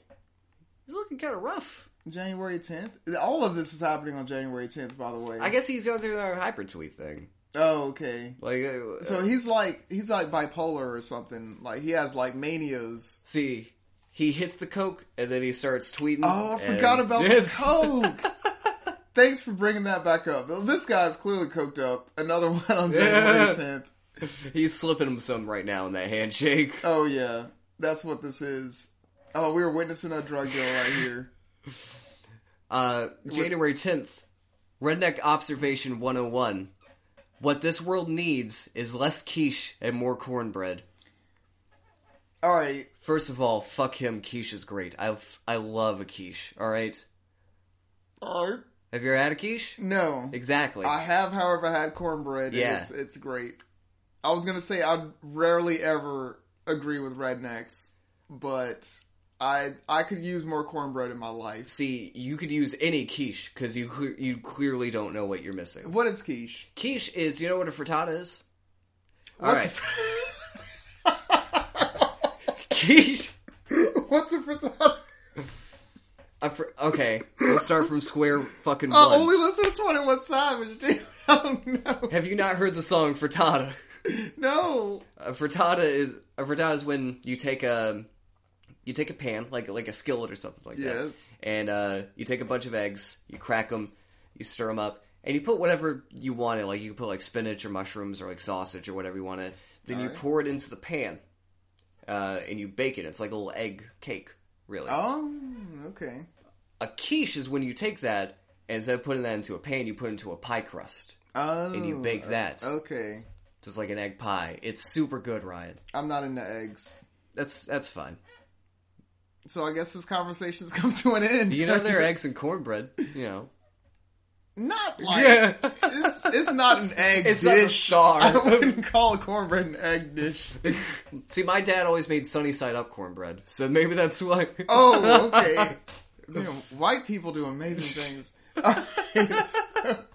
[SPEAKER 1] He's looking kind of rough.
[SPEAKER 2] January 10th. All of this is happening on January 10th, by the way.
[SPEAKER 1] I guess he's going through that hybrid tweet thing.
[SPEAKER 2] oh, okay.
[SPEAKER 1] Like, uh,
[SPEAKER 2] So he's like he's like bipolar or something. Like he has like manias.
[SPEAKER 1] see, he hits the coke and then he starts tweeting.
[SPEAKER 2] Oh, I
[SPEAKER 1] and-
[SPEAKER 2] forgot about
[SPEAKER 1] Yes.
[SPEAKER 2] the coke. Thanks for bringing that back up. Well, This guy's clearly coked up. Another one on January
[SPEAKER 1] Yeah.
[SPEAKER 2] 10th.
[SPEAKER 1] he's slipping him some right now in that handshake.
[SPEAKER 2] Oh yeah, that's what this is. Oh, we were witnessing a drug deal right here.
[SPEAKER 1] Uh, January 10th, Redneck Observation 101. What this world needs is less quiche and more cornbread.
[SPEAKER 2] All right,
[SPEAKER 1] First of all, fuck him. Quiche is great. I, I love a quiche, alright?
[SPEAKER 2] all right.
[SPEAKER 1] Have you ever had a quiche?
[SPEAKER 2] No,
[SPEAKER 1] Exactly.
[SPEAKER 2] I have, however, had cornbread.
[SPEAKER 1] Yeah.
[SPEAKER 2] Yeah, it's, it's great. I was gonna say I rarely ever agree with rednecks, but I I could use more cornbread in my life.
[SPEAKER 1] See, you could use any quiche because you cle- you clearly don't know what you're missing.
[SPEAKER 2] What is quiche?
[SPEAKER 1] Quiche is you know what a frittata is. All
[SPEAKER 2] What's
[SPEAKER 1] right, quiche.
[SPEAKER 2] a, what's a frittata?
[SPEAKER 1] A fr- okay, let's start from square fucking
[SPEAKER 2] I
[SPEAKER 1] one.
[SPEAKER 2] Uh, only listen to Twenty One Savage, dude. I don't know.
[SPEAKER 1] Have you not heard the song frittata?
[SPEAKER 2] No.
[SPEAKER 1] A frittata is a frittata is when you take a you take a pan like like a skillet or something like
[SPEAKER 2] Yes.
[SPEAKER 1] that, and uh, you take a bunch of eggs, you crack them, you stir them up, and you put whatever you want in. Like you can put like spinach or mushrooms or like sausage or whatever you want to. Then you
[SPEAKER 2] Alright.
[SPEAKER 1] pour it into the pan, uh, and you bake it. It's like a little egg cake, really.
[SPEAKER 2] Oh, okay.
[SPEAKER 1] A quiche is when you take that and instead of putting that into a pan, you put it into a pie crust,
[SPEAKER 2] Oh,
[SPEAKER 1] and you bake that
[SPEAKER 2] Okay,
[SPEAKER 1] just like an egg pie. It's super good, Ryan.
[SPEAKER 2] I'm not into eggs.
[SPEAKER 1] That's that's fine.
[SPEAKER 2] So I guess this conversation's come to an end.
[SPEAKER 1] You know they're eggs and cornbread. You know.
[SPEAKER 2] not like it's, it's not an egg
[SPEAKER 1] It's not a
[SPEAKER 2] dish.
[SPEAKER 1] star.
[SPEAKER 2] I wouldn't call cornbread an egg dish.
[SPEAKER 1] See, my dad always made sunny side up cornbread, so maybe that's why.
[SPEAKER 2] Oh, okay. Man, white people do amazing things. Alright, so-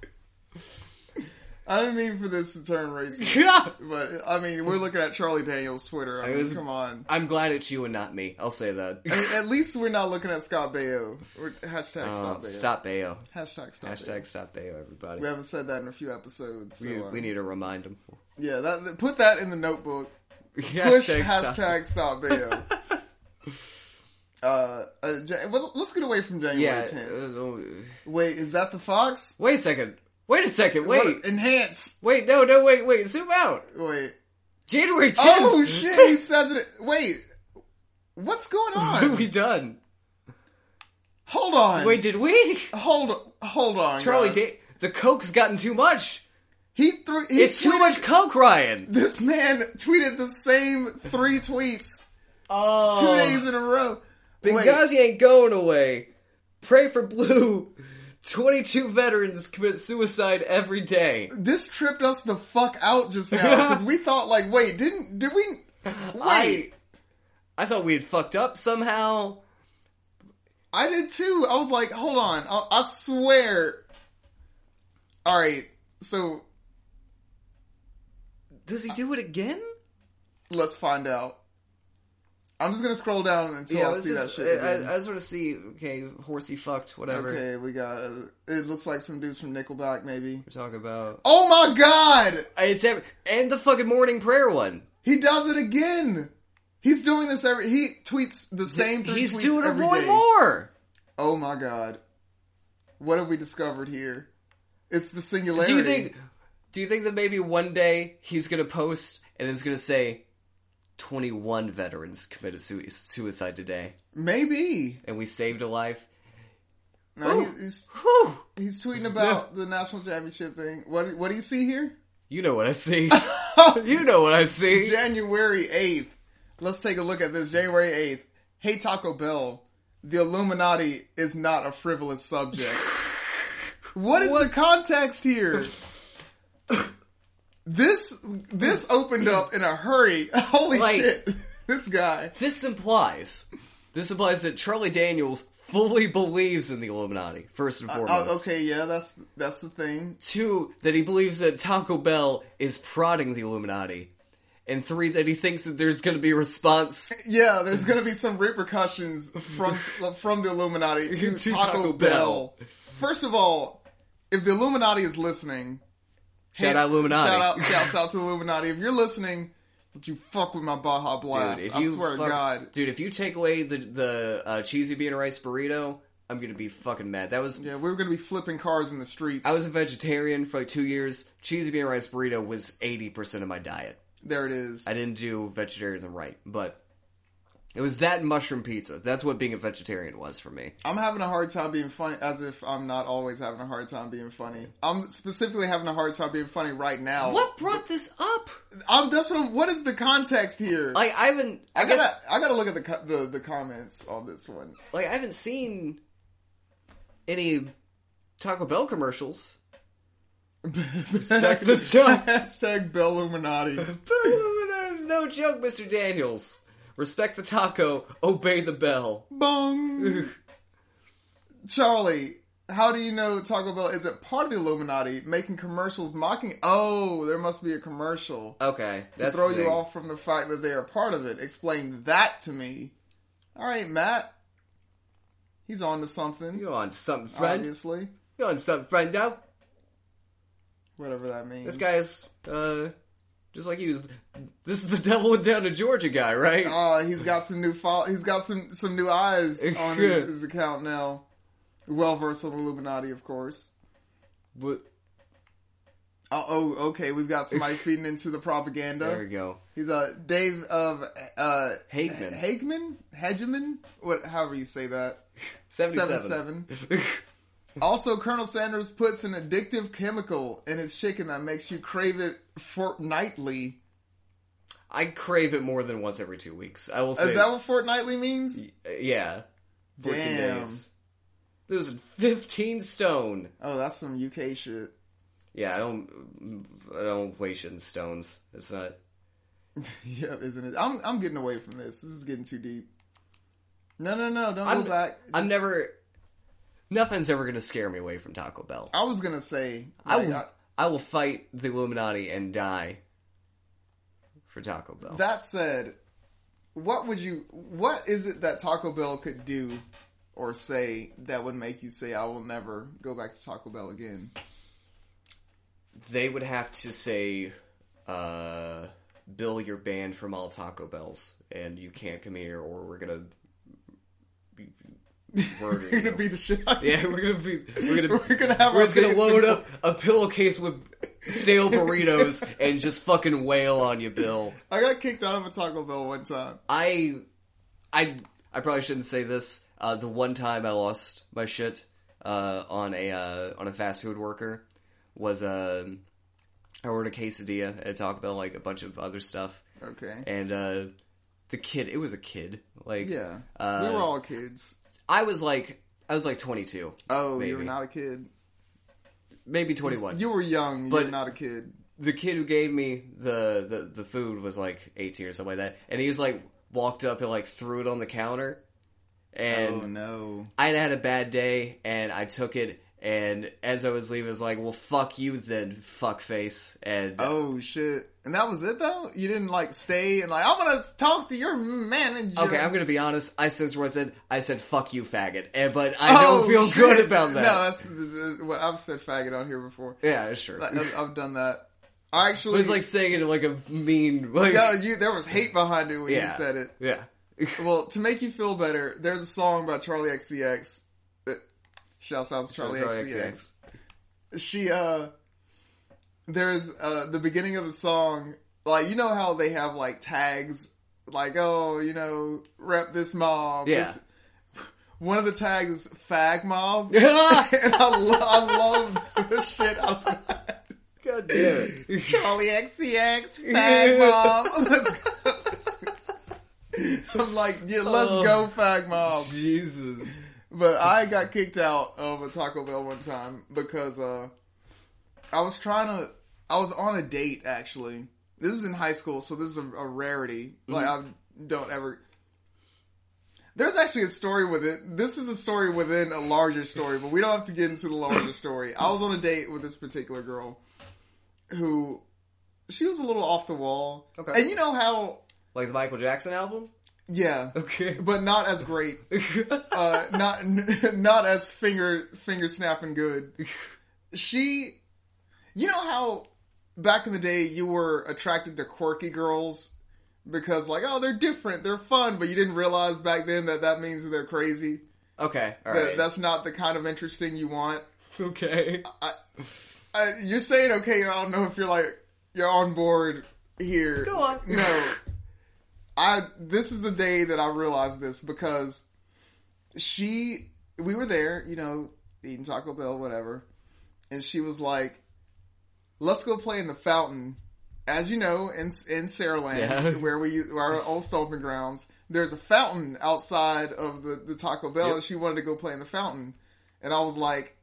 [SPEAKER 2] I didn't mean for this to turn racist, but I mean we're looking at Charlie Daniels' Twitter. I mean,
[SPEAKER 1] was-
[SPEAKER 2] come on.
[SPEAKER 1] I'm glad it's you and not me. I'll say that.
[SPEAKER 2] I mean, at least we're not looking at Scott Baio. We're, hashtag
[SPEAKER 1] Oh,
[SPEAKER 2] Scott Baio.
[SPEAKER 1] stop Bayo.
[SPEAKER 2] Hashtag Scott Baio.
[SPEAKER 1] Hashtag stop Bayo, everybody.
[SPEAKER 2] We haven't said that in a few episodes. So,
[SPEAKER 1] We,
[SPEAKER 2] uh,
[SPEAKER 1] we need to remind him.
[SPEAKER 2] yeah, that, that- put that in the notebook. Push
[SPEAKER 1] Hashtag stop-
[SPEAKER 2] hashtag stop bail. uh, uh, Ja- well, let's get away from January
[SPEAKER 1] Yeah.
[SPEAKER 2] 10th.
[SPEAKER 1] uh,
[SPEAKER 2] Wait, is that the fox?
[SPEAKER 1] wait a second. Wait a second. Wait.
[SPEAKER 2] What- enhance.
[SPEAKER 1] Wait. No. No. Wait. Wait. Zoom out.
[SPEAKER 2] Wait.
[SPEAKER 1] January 10th.
[SPEAKER 2] Oh shit! He says it. Wait. What's going
[SPEAKER 1] we
[SPEAKER 2] on?
[SPEAKER 1] done.
[SPEAKER 2] hold on.
[SPEAKER 1] Wait. Did we?
[SPEAKER 2] Hold. Hold on.
[SPEAKER 1] Charlie,
[SPEAKER 2] guys.
[SPEAKER 1] da- the coke's gotten too much.
[SPEAKER 2] He threw. He
[SPEAKER 1] It's too
[SPEAKER 2] tweeted-
[SPEAKER 1] much coke, Ryan.
[SPEAKER 2] This man tweeted the same three tweets
[SPEAKER 1] Oh.
[SPEAKER 2] two days in a row. Wait.
[SPEAKER 1] Benghazi ain't going away. Pray for Blue. 22 veterans commit suicide every day.
[SPEAKER 2] this tripped us the fuck out just now because we thought like, wait, didn't did we? Wait,
[SPEAKER 1] I, I thought we had fucked up somehow.
[SPEAKER 2] I did too. I was like, hold on, I, I swear. All right, so
[SPEAKER 1] Does he do it again?
[SPEAKER 2] let's find out. I'm just gonna scroll down until I
[SPEAKER 1] it's
[SPEAKER 2] see
[SPEAKER 1] just-
[SPEAKER 2] that shit.
[SPEAKER 1] I,
[SPEAKER 2] again.
[SPEAKER 1] I, I just want to see. Okay, horsey fucked. Whatever
[SPEAKER 2] okay, we got. Uh, it looks like some dudes from Nickelback, maybe.
[SPEAKER 1] we're talking about.
[SPEAKER 2] Oh my god,
[SPEAKER 1] It's every, and the fucking morning prayer one.
[SPEAKER 2] he does it again. He's doing this every. He tweets the same. Three
[SPEAKER 1] He's
[SPEAKER 2] tweets
[SPEAKER 1] doing it
[SPEAKER 2] every
[SPEAKER 1] one
[SPEAKER 2] day.
[SPEAKER 1] more.
[SPEAKER 2] Oh my god, what have we discovered here? It's the singularity.
[SPEAKER 1] Do you think? Do you think that maybe one day he's gonna post and it's gonna say, "21 veterans committed sui- suicide today,
[SPEAKER 2] maybe?
[SPEAKER 1] and we saved a life."
[SPEAKER 2] No,
[SPEAKER 1] Ooh.
[SPEAKER 2] he's, he's
[SPEAKER 1] Whew.
[SPEAKER 2] he's tweeting about the national championship thing. What what do you see here?
[SPEAKER 1] You know what I see. you know what I see.
[SPEAKER 2] January 8th. Let's take a look at this. January 8th. Hey Taco Bell, the Illuminati is not a frivolous subject. What is the context here? This this opened up in a hurry. Holy
[SPEAKER 1] Like-
[SPEAKER 2] shit. This guy.
[SPEAKER 1] This implies. This implies that Charlie Daniels fully believes in the Illuminati. First and foremost.
[SPEAKER 2] Oh, okay, yeah, that's that's the thing.
[SPEAKER 1] Two, that he believes that Taco Bell is prodding the Illuminati. And three, that he thinks that there's going to be a response
[SPEAKER 2] Yeah, there's gonna be some repercussions from from the Illuminati to,
[SPEAKER 1] To
[SPEAKER 2] Taco,
[SPEAKER 1] Taco
[SPEAKER 2] Bell.
[SPEAKER 1] Bell.
[SPEAKER 2] First of all, if the Illuminati is listening,
[SPEAKER 1] Shout out Illuminati.
[SPEAKER 2] Shout out, shouts out to Illuminati. If you're listening, would you fuck with my Baja
[SPEAKER 1] Dude,
[SPEAKER 2] Blast?
[SPEAKER 1] if
[SPEAKER 2] I
[SPEAKER 1] you
[SPEAKER 2] swear
[SPEAKER 1] fuck-
[SPEAKER 2] to God.
[SPEAKER 1] Dude, if you take away the, the uh, cheesy bean and rice burrito, I'm going to be fucking mad. That was.
[SPEAKER 2] Yeah, we were gonna be flipping cars in the streets.
[SPEAKER 1] I was a vegetarian for like two years. Cheesy bean and rice burrito was 80% of my diet.
[SPEAKER 2] there. It is.
[SPEAKER 1] I didn't do vegetarianism right, but it was that and mushroom pizza. That's what being a vegetarian was for me.
[SPEAKER 2] I'm having a hard time being funny, as if I'm not always having a hard time being funny. I'm specifically having a hard time being funny right now.
[SPEAKER 1] What brought this up?
[SPEAKER 2] I'm, that's what. I'm- what is the context here?
[SPEAKER 1] Like I haven't. I,
[SPEAKER 2] I
[SPEAKER 1] guess
[SPEAKER 2] gotta, I gotta look at the, co- the the comments on this one.
[SPEAKER 1] like I haven't seen any Taco Bell commercials.
[SPEAKER 2] Hashtag,
[SPEAKER 1] the joke.
[SPEAKER 2] hashtag Bell Illuminati.
[SPEAKER 1] that is no joke, Mister Daniels. Respect the taco, obey the bell.
[SPEAKER 2] Bong. Charlie, how do you know Taco Bell isn't part of the Illuminati making commercials mocking? Oh, there must be a commercial
[SPEAKER 1] Okay,
[SPEAKER 2] to
[SPEAKER 1] Uh, that's
[SPEAKER 2] throw
[SPEAKER 1] the
[SPEAKER 2] you
[SPEAKER 1] thing.
[SPEAKER 2] off from the fact that they are part of it. Explain that to me. All right, Matt. He's on to something,
[SPEAKER 1] You on something, friend?
[SPEAKER 2] obviously.
[SPEAKER 1] You on something, friend? Now
[SPEAKER 2] Whatever that means.
[SPEAKER 1] this guy is uh, just like he was. This is the devil in down to Georgia guy, right?
[SPEAKER 2] Oh, he's got some new fol- He's got some some new eyes on his, his account now. Well versed on Illuminati, of course.
[SPEAKER 1] But-
[SPEAKER 2] Oh, oh, okay. We've got somebody feeding into the propaganda.
[SPEAKER 1] there we go.
[SPEAKER 2] He's uh Dave of uh
[SPEAKER 1] Hagman.
[SPEAKER 2] Hagman Hegeman what however you say that
[SPEAKER 1] 77.
[SPEAKER 2] seven seven. also, Colonel Sanders puts an addictive chemical in his chicken that makes you crave it fortnightly.
[SPEAKER 1] I crave it more than once every two weeks. I will say. uh,
[SPEAKER 2] Is that what fortnightly means?
[SPEAKER 1] yeah. 14
[SPEAKER 2] Damn.
[SPEAKER 1] days. Losing 15 stone.
[SPEAKER 2] Oh, that's some UK shit.
[SPEAKER 1] Yeah, I don't. I don't weigh shit in stones. It's not.
[SPEAKER 2] Yep, isn't it? I'm I'm getting away from this. This is getting too deep. No, no, no, don't
[SPEAKER 1] I'm-
[SPEAKER 2] go back.
[SPEAKER 1] I'm
[SPEAKER 2] Just-
[SPEAKER 1] never. Nothing's ever gonna scare me away from Taco Bell.
[SPEAKER 2] I was gonna say.
[SPEAKER 1] I
[SPEAKER 2] like,
[SPEAKER 1] will.
[SPEAKER 2] I-
[SPEAKER 1] I will fight the Illuminati and die for Taco Bell.
[SPEAKER 2] that said, what would you? What is it that Taco Bell could do or say that would make you say, "I will never go back to Taco Bell again"?
[SPEAKER 1] they would have to say, uh, Bill, you're banned from all Taco Bells, and you can't come here, or we're gonna murder
[SPEAKER 2] You're gonna
[SPEAKER 1] you.
[SPEAKER 2] be the shit.
[SPEAKER 1] Yeah, we're gonna be. We're gonna.
[SPEAKER 2] We're gonna have
[SPEAKER 1] We're
[SPEAKER 2] our
[SPEAKER 1] just gonna
[SPEAKER 2] face
[SPEAKER 1] load
[SPEAKER 2] in-
[SPEAKER 1] up a pillowcase with stale burritos and just fucking wail on you, Bill.
[SPEAKER 2] I got kicked out of a Taco Bell one time.
[SPEAKER 1] I, I, I probably shouldn't say this. Uh, the one time I lost my shit uh, on a uh, on a fast food worker was um I ordered a quesadilla at a Taco Bell, like a bunch of other stuff,
[SPEAKER 2] Okay.
[SPEAKER 1] and uh, the kid. It was a kid. Like
[SPEAKER 2] Yeah,
[SPEAKER 1] Uh,
[SPEAKER 2] we were all kids.
[SPEAKER 1] I was like I was like 22,
[SPEAKER 2] Oh, you were
[SPEAKER 1] maybe.
[SPEAKER 2] not a kid.
[SPEAKER 1] maybe 21.
[SPEAKER 2] You were young. you
[SPEAKER 1] But-
[SPEAKER 2] were not a kid.
[SPEAKER 1] the kid who gave me the, the the food was like 18 or something like that, and he was like walked up and like threw it on the counter, and
[SPEAKER 2] oh no.
[SPEAKER 1] I had had a bad day and I took it. And as I was leaving, I was like, "Well, fuck you then, fuckface." And
[SPEAKER 2] Oh shit. And that was it though? You didn't like stay and like I'm gonna talk to your manager.
[SPEAKER 1] okay, I'm gonna be honest. I since I said I said "fuck you, faggot," and but I don't feel
[SPEAKER 2] Oh, shit.
[SPEAKER 1] good about that.
[SPEAKER 2] No, that's the, the, what I've said faggot on here before.
[SPEAKER 1] yeah, sure.
[SPEAKER 2] Like, I've, I've done that. I
[SPEAKER 1] it
[SPEAKER 2] actually
[SPEAKER 1] was like saying it in like a mean, like
[SPEAKER 2] no,
[SPEAKER 1] yeah,
[SPEAKER 2] you there was hate behind it when
[SPEAKER 1] Yeah.
[SPEAKER 2] you said it. Well, to make you feel better, there's a song by Charlie XCX. Uh, shouts out to Charlie,
[SPEAKER 1] Charli
[SPEAKER 2] XCX. She uh, there's uh the beginning of the song. Like you know how they have like tags, like oh you know rep this mob.
[SPEAKER 1] Yeah.
[SPEAKER 2] This- one of the tags is fag mob, and I, lo- I love the shit out of that.
[SPEAKER 1] God damn it.
[SPEAKER 2] Charlie XCX, Fag Mom. Let's go. I'm like, yeah, let's
[SPEAKER 1] Oh.
[SPEAKER 2] go, Fag Mom.
[SPEAKER 1] Jesus.
[SPEAKER 2] But I got kicked out of a Taco Bell one time because uh, I was trying to. I was on a date actually. This is in high school, so this is a, a rarity. Like I don't ever. There's actually a story with it. This is a story within a larger story, but we don't have to get into the larger story. I was on a date with this particular girl, who she was a little off the wall.
[SPEAKER 1] Okay.
[SPEAKER 2] And you know how?
[SPEAKER 1] Like the Michael Jackson album?
[SPEAKER 2] Yeah.
[SPEAKER 1] Okay.
[SPEAKER 2] But not as great uh, not not as finger finger snapping good. She, you know how back in the day you were attracted to quirky girls because like oh they're different they're fun but you didn't realize back then that that means they're crazy
[SPEAKER 1] okay, all
[SPEAKER 2] that,
[SPEAKER 1] right.
[SPEAKER 2] that's not the kind of interesting you want.
[SPEAKER 1] okay.
[SPEAKER 2] Uh, you're saying okay I don't know if you're like you're on board here.
[SPEAKER 1] Go on.
[SPEAKER 2] No, I this is the day that I realized this because she we were there, you know, eating Taco Bell, whatever, and she was like, "Let's go play in the fountain." As you know, in in Saraland,
[SPEAKER 1] Yeah.
[SPEAKER 2] where we our old stomping grounds, there's a fountain outside of the, the Taco Bell,
[SPEAKER 1] Yep.
[SPEAKER 2] and she wanted to go play in the fountain, and I was like,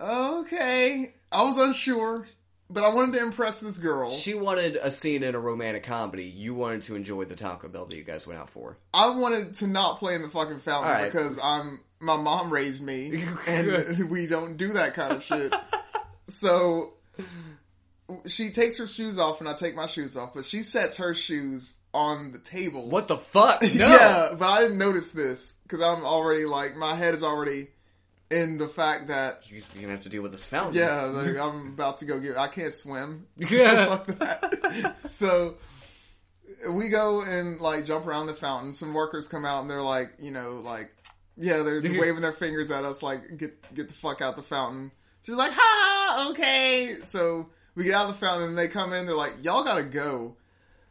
[SPEAKER 2] "Okay," I was unsure, but I wanted to impress this girl.
[SPEAKER 1] She wanted a scene in a romantic comedy. You wanted to enjoy the Taco Bell that you guys went out for.
[SPEAKER 2] I wanted to not play in the fucking fountain
[SPEAKER 1] All right.
[SPEAKER 2] because I'm my mom raised me and we don't do that kind of shit. so she takes her shoes off and I take my shoes off, but she sets her shoes on the table.
[SPEAKER 1] What the fuck? No.
[SPEAKER 2] Yeah, but I didn't notice this because I'm already like my head is already in the fact that
[SPEAKER 1] You're gonna have to deal with this fountain.
[SPEAKER 2] yeah, like, I'm about to go get. I can't swim.
[SPEAKER 1] Yeah.
[SPEAKER 2] Fuck that. so we go and like jump around the fountain. Some workers come out and they're like, you know, like, yeah, they're waving their fingers at us, like, get get the fuck out the fountain. She's like, ha, okay. So we get out of the fountain and they come in. They're like, y'all gotta go.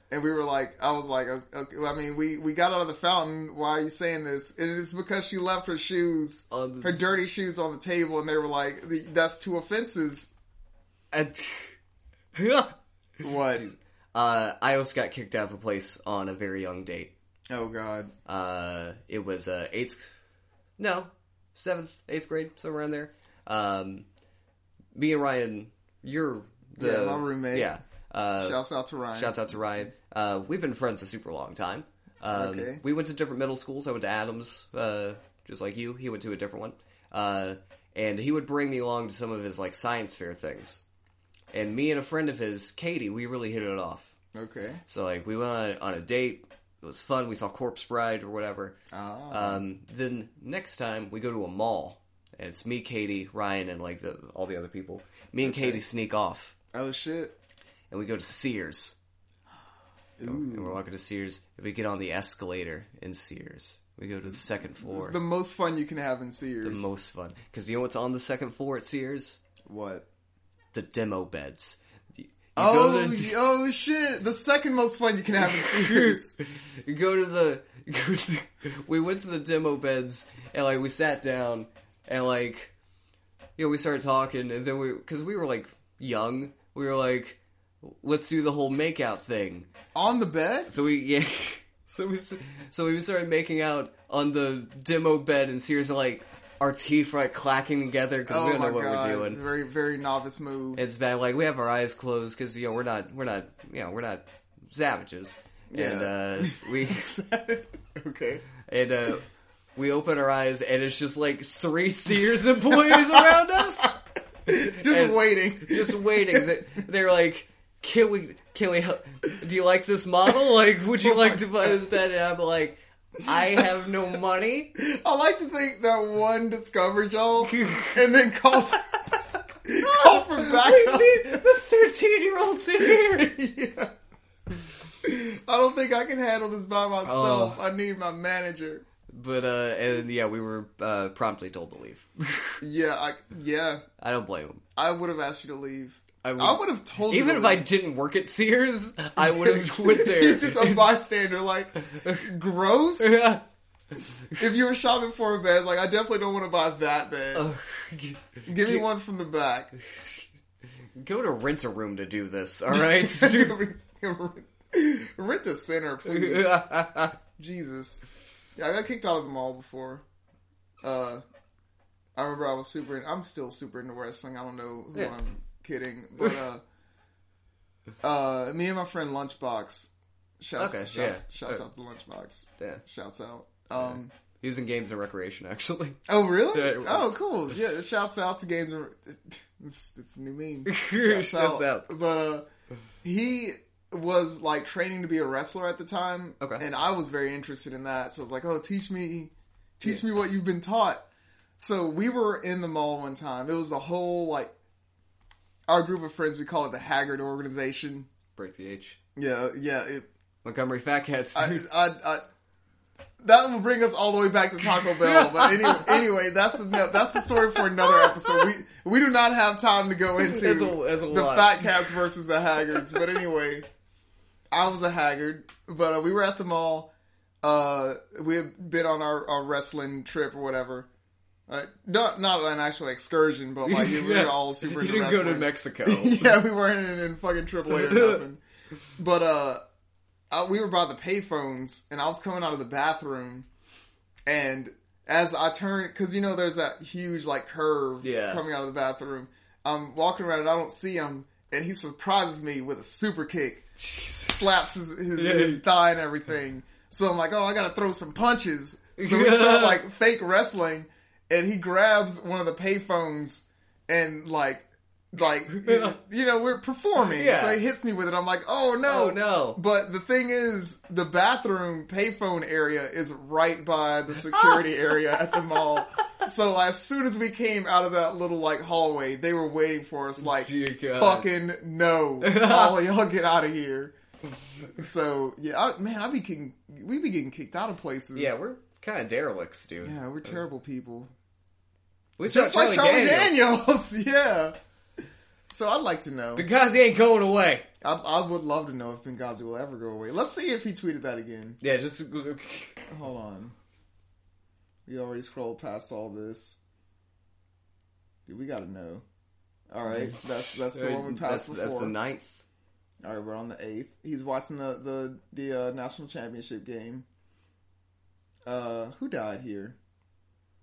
[SPEAKER 2] And we were like, I was like, "O- okay, well, I mean, we, we got out of the fountain. Why are you saying this? And it's because she left her shoes,
[SPEAKER 1] On the-
[SPEAKER 2] her dirty shoes on the table, and they were like, that's two offenses.
[SPEAKER 1] And-
[SPEAKER 2] What?
[SPEAKER 1] uh, I also got kicked out of a place on a very young date.
[SPEAKER 2] Oh God.
[SPEAKER 1] Uh, it was uh, eighth, no, seventh, eighth grade, somewhere around there. Um, me and Ryan, you're the
[SPEAKER 2] Yeah, my roommate.
[SPEAKER 1] Yeah, uh,
[SPEAKER 2] Shouts out to Ryan.
[SPEAKER 1] Shout out to Ryan. Uh, we've been friends a super long time. Um,
[SPEAKER 2] Okay.
[SPEAKER 1] We went to different middle schools. I went to Adams, uh, just like you. He went to a different one. Uh, and he would bring me along to some of his like science fair things. And me and a friend of his, Katie, we really hit it off.
[SPEAKER 2] okay.
[SPEAKER 1] So like we went on, on a date. It was fun. We saw Corpse Bride or whatever.
[SPEAKER 2] Ah.
[SPEAKER 1] Um, then next time we go to a mall. And it's me, Katie, Ryan, and like the all the other people. Me and Katie sneak off,
[SPEAKER 2] oh shit.
[SPEAKER 1] and we go to Sears and
[SPEAKER 2] Ooh.
[SPEAKER 1] we're walking to Sears. And we get on the escalator in Sears. We go to the second
[SPEAKER 2] It's
[SPEAKER 1] floor.
[SPEAKER 2] the most fun you can have in Sears.
[SPEAKER 1] The most fun because you know what's on the second floor at Sears?
[SPEAKER 2] what?
[SPEAKER 1] The demo beds. You you
[SPEAKER 2] Oh,
[SPEAKER 1] go to
[SPEAKER 2] y- oh shit! The second most fun you can have in Sears.
[SPEAKER 1] the, you go to the, you go to the- We went to the demo beds and like we sat down and like you know we started talking and then we because we were like young we were like let's do the whole makeout thing
[SPEAKER 2] On the bed?
[SPEAKER 1] So we yeah. So we so we started making out on the demo bed, and Sears like our teeth were like clacking together because we
[SPEAKER 2] Oh
[SPEAKER 1] don't
[SPEAKER 2] my
[SPEAKER 1] know what
[SPEAKER 2] god!
[SPEAKER 1] we're doing.
[SPEAKER 2] Very very novice move.
[SPEAKER 1] It's bad. Like we have our eyes closed because you know we're not we're not you know we're not savages.
[SPEAKER 2] Yeah.
[SPEAKER 1] And uh, we
[SPEAKER 2] okay.
[SPEAKER 1] and uh, We open our eyes and it's just like three Sears employees around us,
[SPEAKER 2] just
[SPEAKER 1] And-
[SPEAKER 2] waiting.
[SPEAKER 1] just waiting. They- They're like, "Can we? Can we? help- Do you like this model? Like, would you like to buy this bed?" And I'm like, "I have no money."
[SPEAKER 2] I like to think that one discovered y'all and then called
[SPEAKER 1] Oh,
[SPEAKER 2] called for backup.
[SPEAKER 1] We need the thirteen-year-old to here.
[SPEAKER 2] Yeah. I don't think I can handle this by myself.
[SPEAKER 1] Oh.
[SPEAKER 2] I need my manager.
[SPEAKER 1] But uh, and yeah, we were uh, promptly told to leave.
[SPEAKER 2] Yeah, I, yeah.
[SPEAKER 1] I don't blame him.
[SPEAKER 2] I would have asked you to leave.
[SPEAKER 1] I would-
[SPEAKER 2] I would have told you.
[SPEAKER 1] Even
[SPEAKER 2] to
[SPEAKER 1] if I
[SPEAKER 2] leave.
[SPEAKER 1] didn't work at Sears, I would have went there.
[SPEAKER 2] You're just a bystander, like gross.
[SPEAKER 1] Yeah.
[SPEAKER 2] if you were shopping for a bed, like I definitely don't want to buy that bed.
[SPEAKER 1] Uh,
[SPEAKER 2] Give me one from the back.
[SPEAKER 1] Go to rent a room to do this. All right.
[SPEAKER 2] Rent a center, please. Jesus. Yeah, I got kicked out of the mall before. Uh, I remember I was super. In, I'm still super into wrestling. I don't know who
[SPEAKER 1] Yeah.
[SPEAKER 2] I'm kidding, but uh, uh, me and my friend Lunchbox. Shouts,
[SPEAKER 1] Okay,
[SPEAKER 2] shouts,
[SPEAKER 1] yeah.
[SPEAKER 2] shouts
[SPEAKER 1] Uh,
[SPEAKER 2] out to Lunchbox.
[SPEAKER 1] yeah.
[SPEAKER 2] Shouts out. Um,
[SPEAKER 1] He was in games and recreation, actually.
[SPEAKER 2] Oh really?
[SPEAKER 1] Yeah, it was.
[SPEAKER 2] oh cool. Yeah. Shouts out to games. and- It's, it's a new meme.
[SPEAKER 1] Shouts out.
[SPEAKER 2] But uh, he was like training to be a wrestler at the time.
[SPEAKER 1] Okay.
[SPEAKER 2] And I was very interested in that, so I was like, "Oh, teach me, teach me what you've been taught." So we were in the mall one time. It was the whole like our group of friends. We call it the Haggard organization.
[SPEAKER 1] Break the H.
[SPEAKER 2] Yeah, yeah. It,
[SPEAKER 1] Montgomery Fat Cats.
[SPEAKER 2] I, I, I, that will bring us all the way back to Taco Bell. But anyway, anyway that's a, no, that's a story for another episode. We we do not have time to go into
[SPEAKER 1] It's a- it's a
[SPEAKER 2] the
[SPEAKER 1] lot.
[SPEAKER 2] fat cats versus the haggards. But anyway, I was a haggard, but uh, we were at the mall. Uh, we had been on our, our wrestling trip or whatever. Uh, not not an actual excursion, but like we
[SPEAKER 1] Yeah.
[SPEAKER 2] were all super.
[SPEAKER 1] You
[SPEAKER 2] into
[SPEAKER 1] didn't go to
[SPEAKER 2] wrestling
[SPEAKER 1] Mexico.
[SPEAKER 2] yeah, we weren't in, in fucking AAA or nothing. But uh, I, we were by the payphones, and I was coming out of the bathroom, and as I turned, because you know there's that huge like curve
[SPEAKER 1] Yeah.
[SPEAKER 2] coming out of the bathroom. I'm walking around, and I don't see him, and he surprises me with a super kick,
[SPEAKER 1] Jesus.
[SPEAKER 2] slaps his, his,
[SPEAKER 1] Yeah.
[SPEAKER 2] his thigh and everything. So I'm like, oh, I gotta throw some punches. So we start like fake wrestling, and he grabs one of the payphones and like, like you, you know we're performing.
[SPEAKER 1] Yeah.
[SPEAKER 2] So he hits me with it. I'm like, oh no,
[SPEAKER 1] Oh, no.
[SPEAKER 2] But the thing is, the bathroom payphone area is right by the security area at the mall. So as soon as we came out of that little like hallway, they were waiting for us. Like,
[SPEAKER 1] Dear God.
[SPEAKER 2] fucking no, all y'all get out of here. So yeah, I, man, I be getting we be getting kicked out of places.
[SPEAKER 1] Yeah, we're kind of derelicts, dude.
[SPEAKER 2] yeah, we're terrible people.
[SPEAKER 1] We
[SPEAKER 2] Just
[SPEAKER 1] saw
[SPEAKER 2] like Charlie
[SPEAKER 1] Daniels,
[SPEAKER 2] Daniels, yeah. So I'd like to know.
[SPEAKER 1] Because he ain't going away.
[SPEAKER 2] I, I would love to know if Benghazi will ever go away. Let's see if he tweeted that again.
[SPEAKER 1] Yeah, just.
[SPEAKER 2] Hold on. We already scrolled past all this. Dude, we gotta know. All right, that's that's the one we
[SPEAKER 1] that's,
[SPEAKER 2] passed before.
[SPEAKER 1] that's the ninth.
[SPEAKER 2] All right, we're on the eighth. He's watching the the the uh, national championship game. Uh, who died here?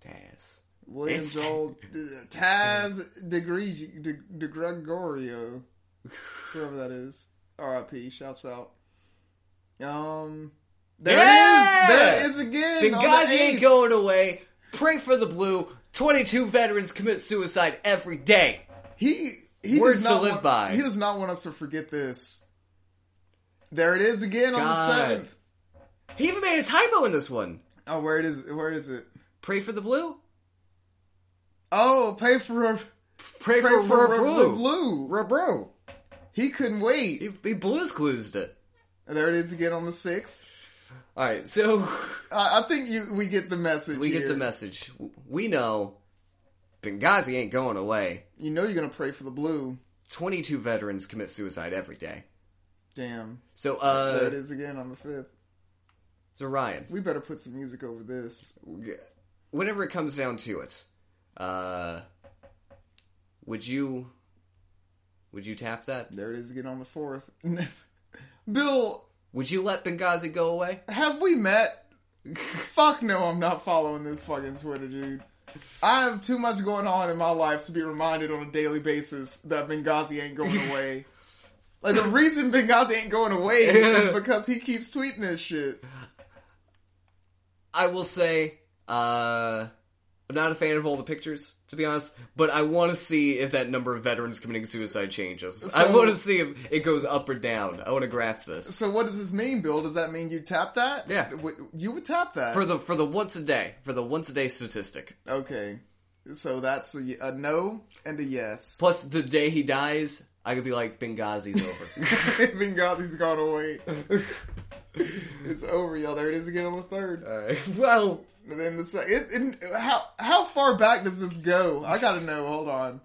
[SPEAKER 1] Taz.
[SPEAKER 2] William
[SPEAKER 1] It's-
[SPEAKER 2] Joel uh, Taz DeGreg- De, DeGregorio, whoever that is. R.I.P. Shouts out. Um, there
[SPEAKER 1] Yeah!
[SPEAKER 2] it is. There it is again. on the
[SPEAKER 1] Benghazi ain't
[SPEAKER 2] 8th.
[SPEAKER 1] going away. Pray for the blue. 22 veterans commit suicide every day.
[SPEAKER 2] He he
[SPEAKER 1] Words
[SPEAKER 2] does not
[SPEAKER 1] to live
[SPEAKER 2] want-
[SPEAKER 1] by.
[SPEAKER 2] He does not want us to forget this. There it is again on the
[SPEAKER 1] God.
[SPEAKER 2] seventh.
[SPEAKER 1] He even made a typo in this one.
[SPEAKER 2] Oh, where it is? Where is it?
[SPEAKER 1] Pray for the blue.
[SPEAKER 2] Oh, pay for a
[SPEAKER 1] Pray,
[SPEAKER 2] pray
[SPEAKER 1] for, for
[SPEAKER 2] for Ru- Ru-
[SPEAKER 1] blue.
[SPEAKER 2] blue.
[SPEAKER 1] Rebro.
[SPEAKER 2] He couldn't wait.
[SPEAKER 1] He, he blues clues it.
[SPEAKER 2] And there it is again on the sixth.
[SPEAKER 1] All right, so
[SPEAKER 2] I, I think you we get the message.
[SPEAKER 1] we get
[SPEAKER 2] here.
[SPEAKER 1] the message. We know Benghazi ain't going away.
[SPEAKER 2] You know you're gonna pray for the blue.
[SPEAKER 1] 22 veterans commit suicide every day.
[SPEAKER 2] Damn.
[SPEAKER 1] So,
[SPEAKER 2] there it
[SPEAKER 1] uh,
[SPEAKER 2] is again on the fifth.
[SPEAKER 1] so Ryan,
[SPEAKER 2] We better put some music over this.
[SPEAKER 1] whenever it comes down to it, uh, would you would you tap that?
[SPEAKER 2] There it is again on the fourth. Bill,
[SPEAKER 1] Would you let Benghazi go away?
[SPEAKER 2] have we met? Fuck no, I'm not following this fucking Twitter, dude. I have too much going on in my life to be reminded on a daily basis that Benghazi ain't going away. like, the reason Benghazi ain't going away is because he keeps tweeting this shit.
[SPEAKER 1] I will say Uh, I'm not a fan of all the pictures, to be honest, but I want to see if that number of veterans committing suicide changes. I
[SPEAKER 2] So-
[SPEAKER 1] want to see if it goes up or down. I want to graph this
[SPEAKER 2] So what does this mean, Bill? Does that mean you tap that?
[SPEAKER 1] Yeah.
[SPEAKER 2] W- you would tap that.
[SPEAKER 1] for the for the once a day for the once a day statistic.
[SPEAKER 2] okay, so that's a, y- a no and a yes.
[SPEAKER 1] Plus, the day he dies, I could be like Benghazi's over.
[SPEAKER 2] Benghazi's gone away. it's over, y'all. There it is again on the third.
[SPEAKER 1] all right. Well,
[SPEAKER 2] And then the second. It, it, how how far back does this go? I gotta know. Hold on.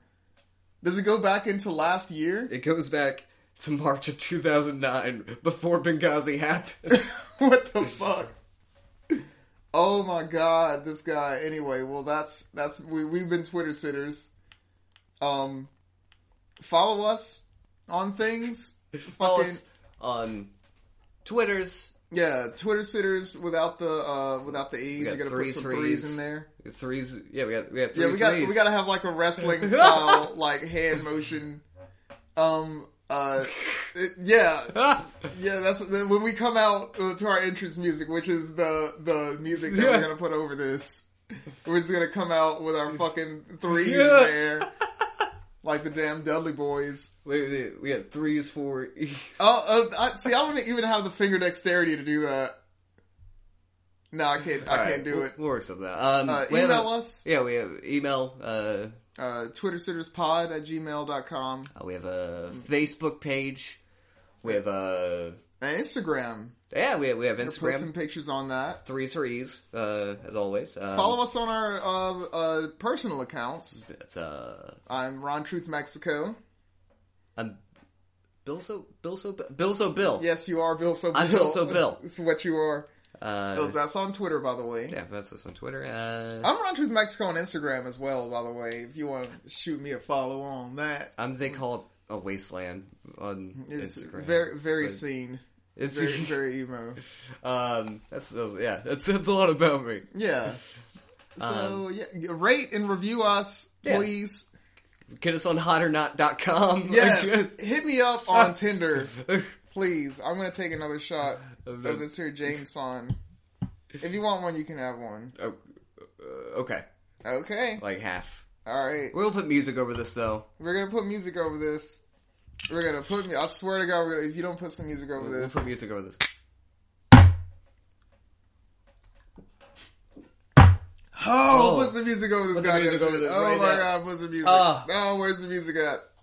[SPEAKER 2] Does it go back into last year?
[SPEAKER 1] it goes back to March of 2009 before Benghazi happened.
[SPEAKER 2] what the fuck? Oh my god, this guy. Anyway, well that's that's we we've been Twitter sitters. Um follow us on things.
[SPEAKER 1] Follow
[SPEAKER 2] Fucking-
[SPEAKER 1] us on Twitter's
[SPEAKER 2] Yeah, Twitter sitters without the uh without the E's.
[SPEAKER 1] got
[SPEAKER 2] You gotta
[SPEAKER 1] three
[SPEAKER 2] put some
[SPEAKER 1] threes.
[SPEAKER 2] threes in there.
[SPEAKER 1] threes. Yeah, we got we got threes.
[SPEAKER 2] Yeah, we got we gotta have like a wrestling style like hand motion. Um uh it- yeah. Yeah, that's that- when we come out uh, to our entrance music, which is the the music that
[SPEAKER 1] Yeah.
[SPEAKER 2] we're gonna put over this. We're just gonna come out with our fucking threes in
[SPEAKER 1] Yeah.
[SPEAKER 2] there, like the damn Dudley Boys.
[SPEAKER 1] we, we, we got threes, four.
[SPEAKER 2] Oh, uh, I, see, I wouldn't even have the finger dexterity to do that. No, I can't. I can't do it.
[SPEAKER 1] We'll work something out. Um,
[SPEAKER 2] Uh,
[SPEAKER 1] we have
[SPEAKER 2] email
[SPEAKER 1] a-
[SPEAKER 2] us
[SPEAKER 1] Yeah, we have email. Uh,
[SPEAKER 2] uh, twittersitterspod at gmail.com
[SPEAKER 1] uh, we have a
[SPEAKER 2] Mm.
[SPEAKER 1] Facebook page. We have a
[SPEAKER 2] and Instagram.
[SPEAKER 1] yeah. We have, we have
[SPEAKER 2] Put some
[SPEAKER 1] Instagram.
[SPEAKER 2] pictures on that.
[SPEAKER 1] Three threes, uh, as always. Um,
[SPEAKER 2] Follow us on our uh, uh, personal accounts.
[SPEAKER 1] That's, uh, um,
[SPEAKER 2] I'm Ron Truth Mexico.
[SPEAKER 1] I'm Bill so Bill so Bill so Bill.
[SPEAKER 2] Yes, you are Bill So Bill.
[SPEAKER 1] I'm Bill So Bill.
[SPEAKER 2] It's what you are.
[SPEAKER 1] Uh,
[SPEAKER 2] Those- That's on Twitter, by the way.
[SPEAKER 1] yeah, that's us on Twitter. Uh,
[SPEAKER 2] I'm Ron Truth Mexico on Instagram as well, by the way. If you want to shoot me a follow on that,
[SPEAKER 1] I'm they call it a wasteland on
[SPEAKER 2] it's
[SPEAKER 1] Instagram.
[SPEAKER 2] very, very
[SPEAKER 1] But
[SPEAKER 2] seen,
[SPEAKER 1] it's
[SPEAKER 2] very, very emo.
[SPEAKER 1] Um, that's, that's yeah, that's that's a lot about me.
[SPEAKER 2] Yeah. So yeah, rate and review us,
[SPEAKER 1] Um, Yeah.
[SPEAKER 2] please.
[SPEAKER 1] Get us on hotornot.com.
[SPEAKER 2] Yes, hit me up on Tinder, please. I'm gonna take another shot
[SPEAKER 1] Of
[SPEAKER 2] of
[SPEAKER 1] the-
[SPEAKER 2] this here Jameson. If you want one, you can have one.
[SPEAKER 1] Oh, uh, okay,
[SPEAKER 2] Okay,
[SPEAKER 1] like half.
[SPEAKER 2] all right.
[SPEAKER 1] We'll put music over this though.
[SPEAKER 2] We're gonna put music over this. We're gonna put. mu- I swear to God, we're gonna, if you don't put some music over
[SPEAKER 1] We'll
[SPEAKER 2] this,
[SPEAKER 1] put music over this.
[SPEAKER 2] oh,
[SPEAKER 1] Oh.
[SPEAKER 2] put some music over this
[SPEAKER 1] the
[SPEAKER 2] goddamn
[SPEAKER 1] music over
[SPEAKER 2] shit.
[SPEAKER 1] this
[SPEAKER 2] Oh
[SPEAKER 1] right
[SPEAKER 2] my
[SPEAKER 1] now.
[SPEAKER 2] God, put some music.
[SPEAKER 1] Ah.
[SPEAKER 2] Oh, where's the music at?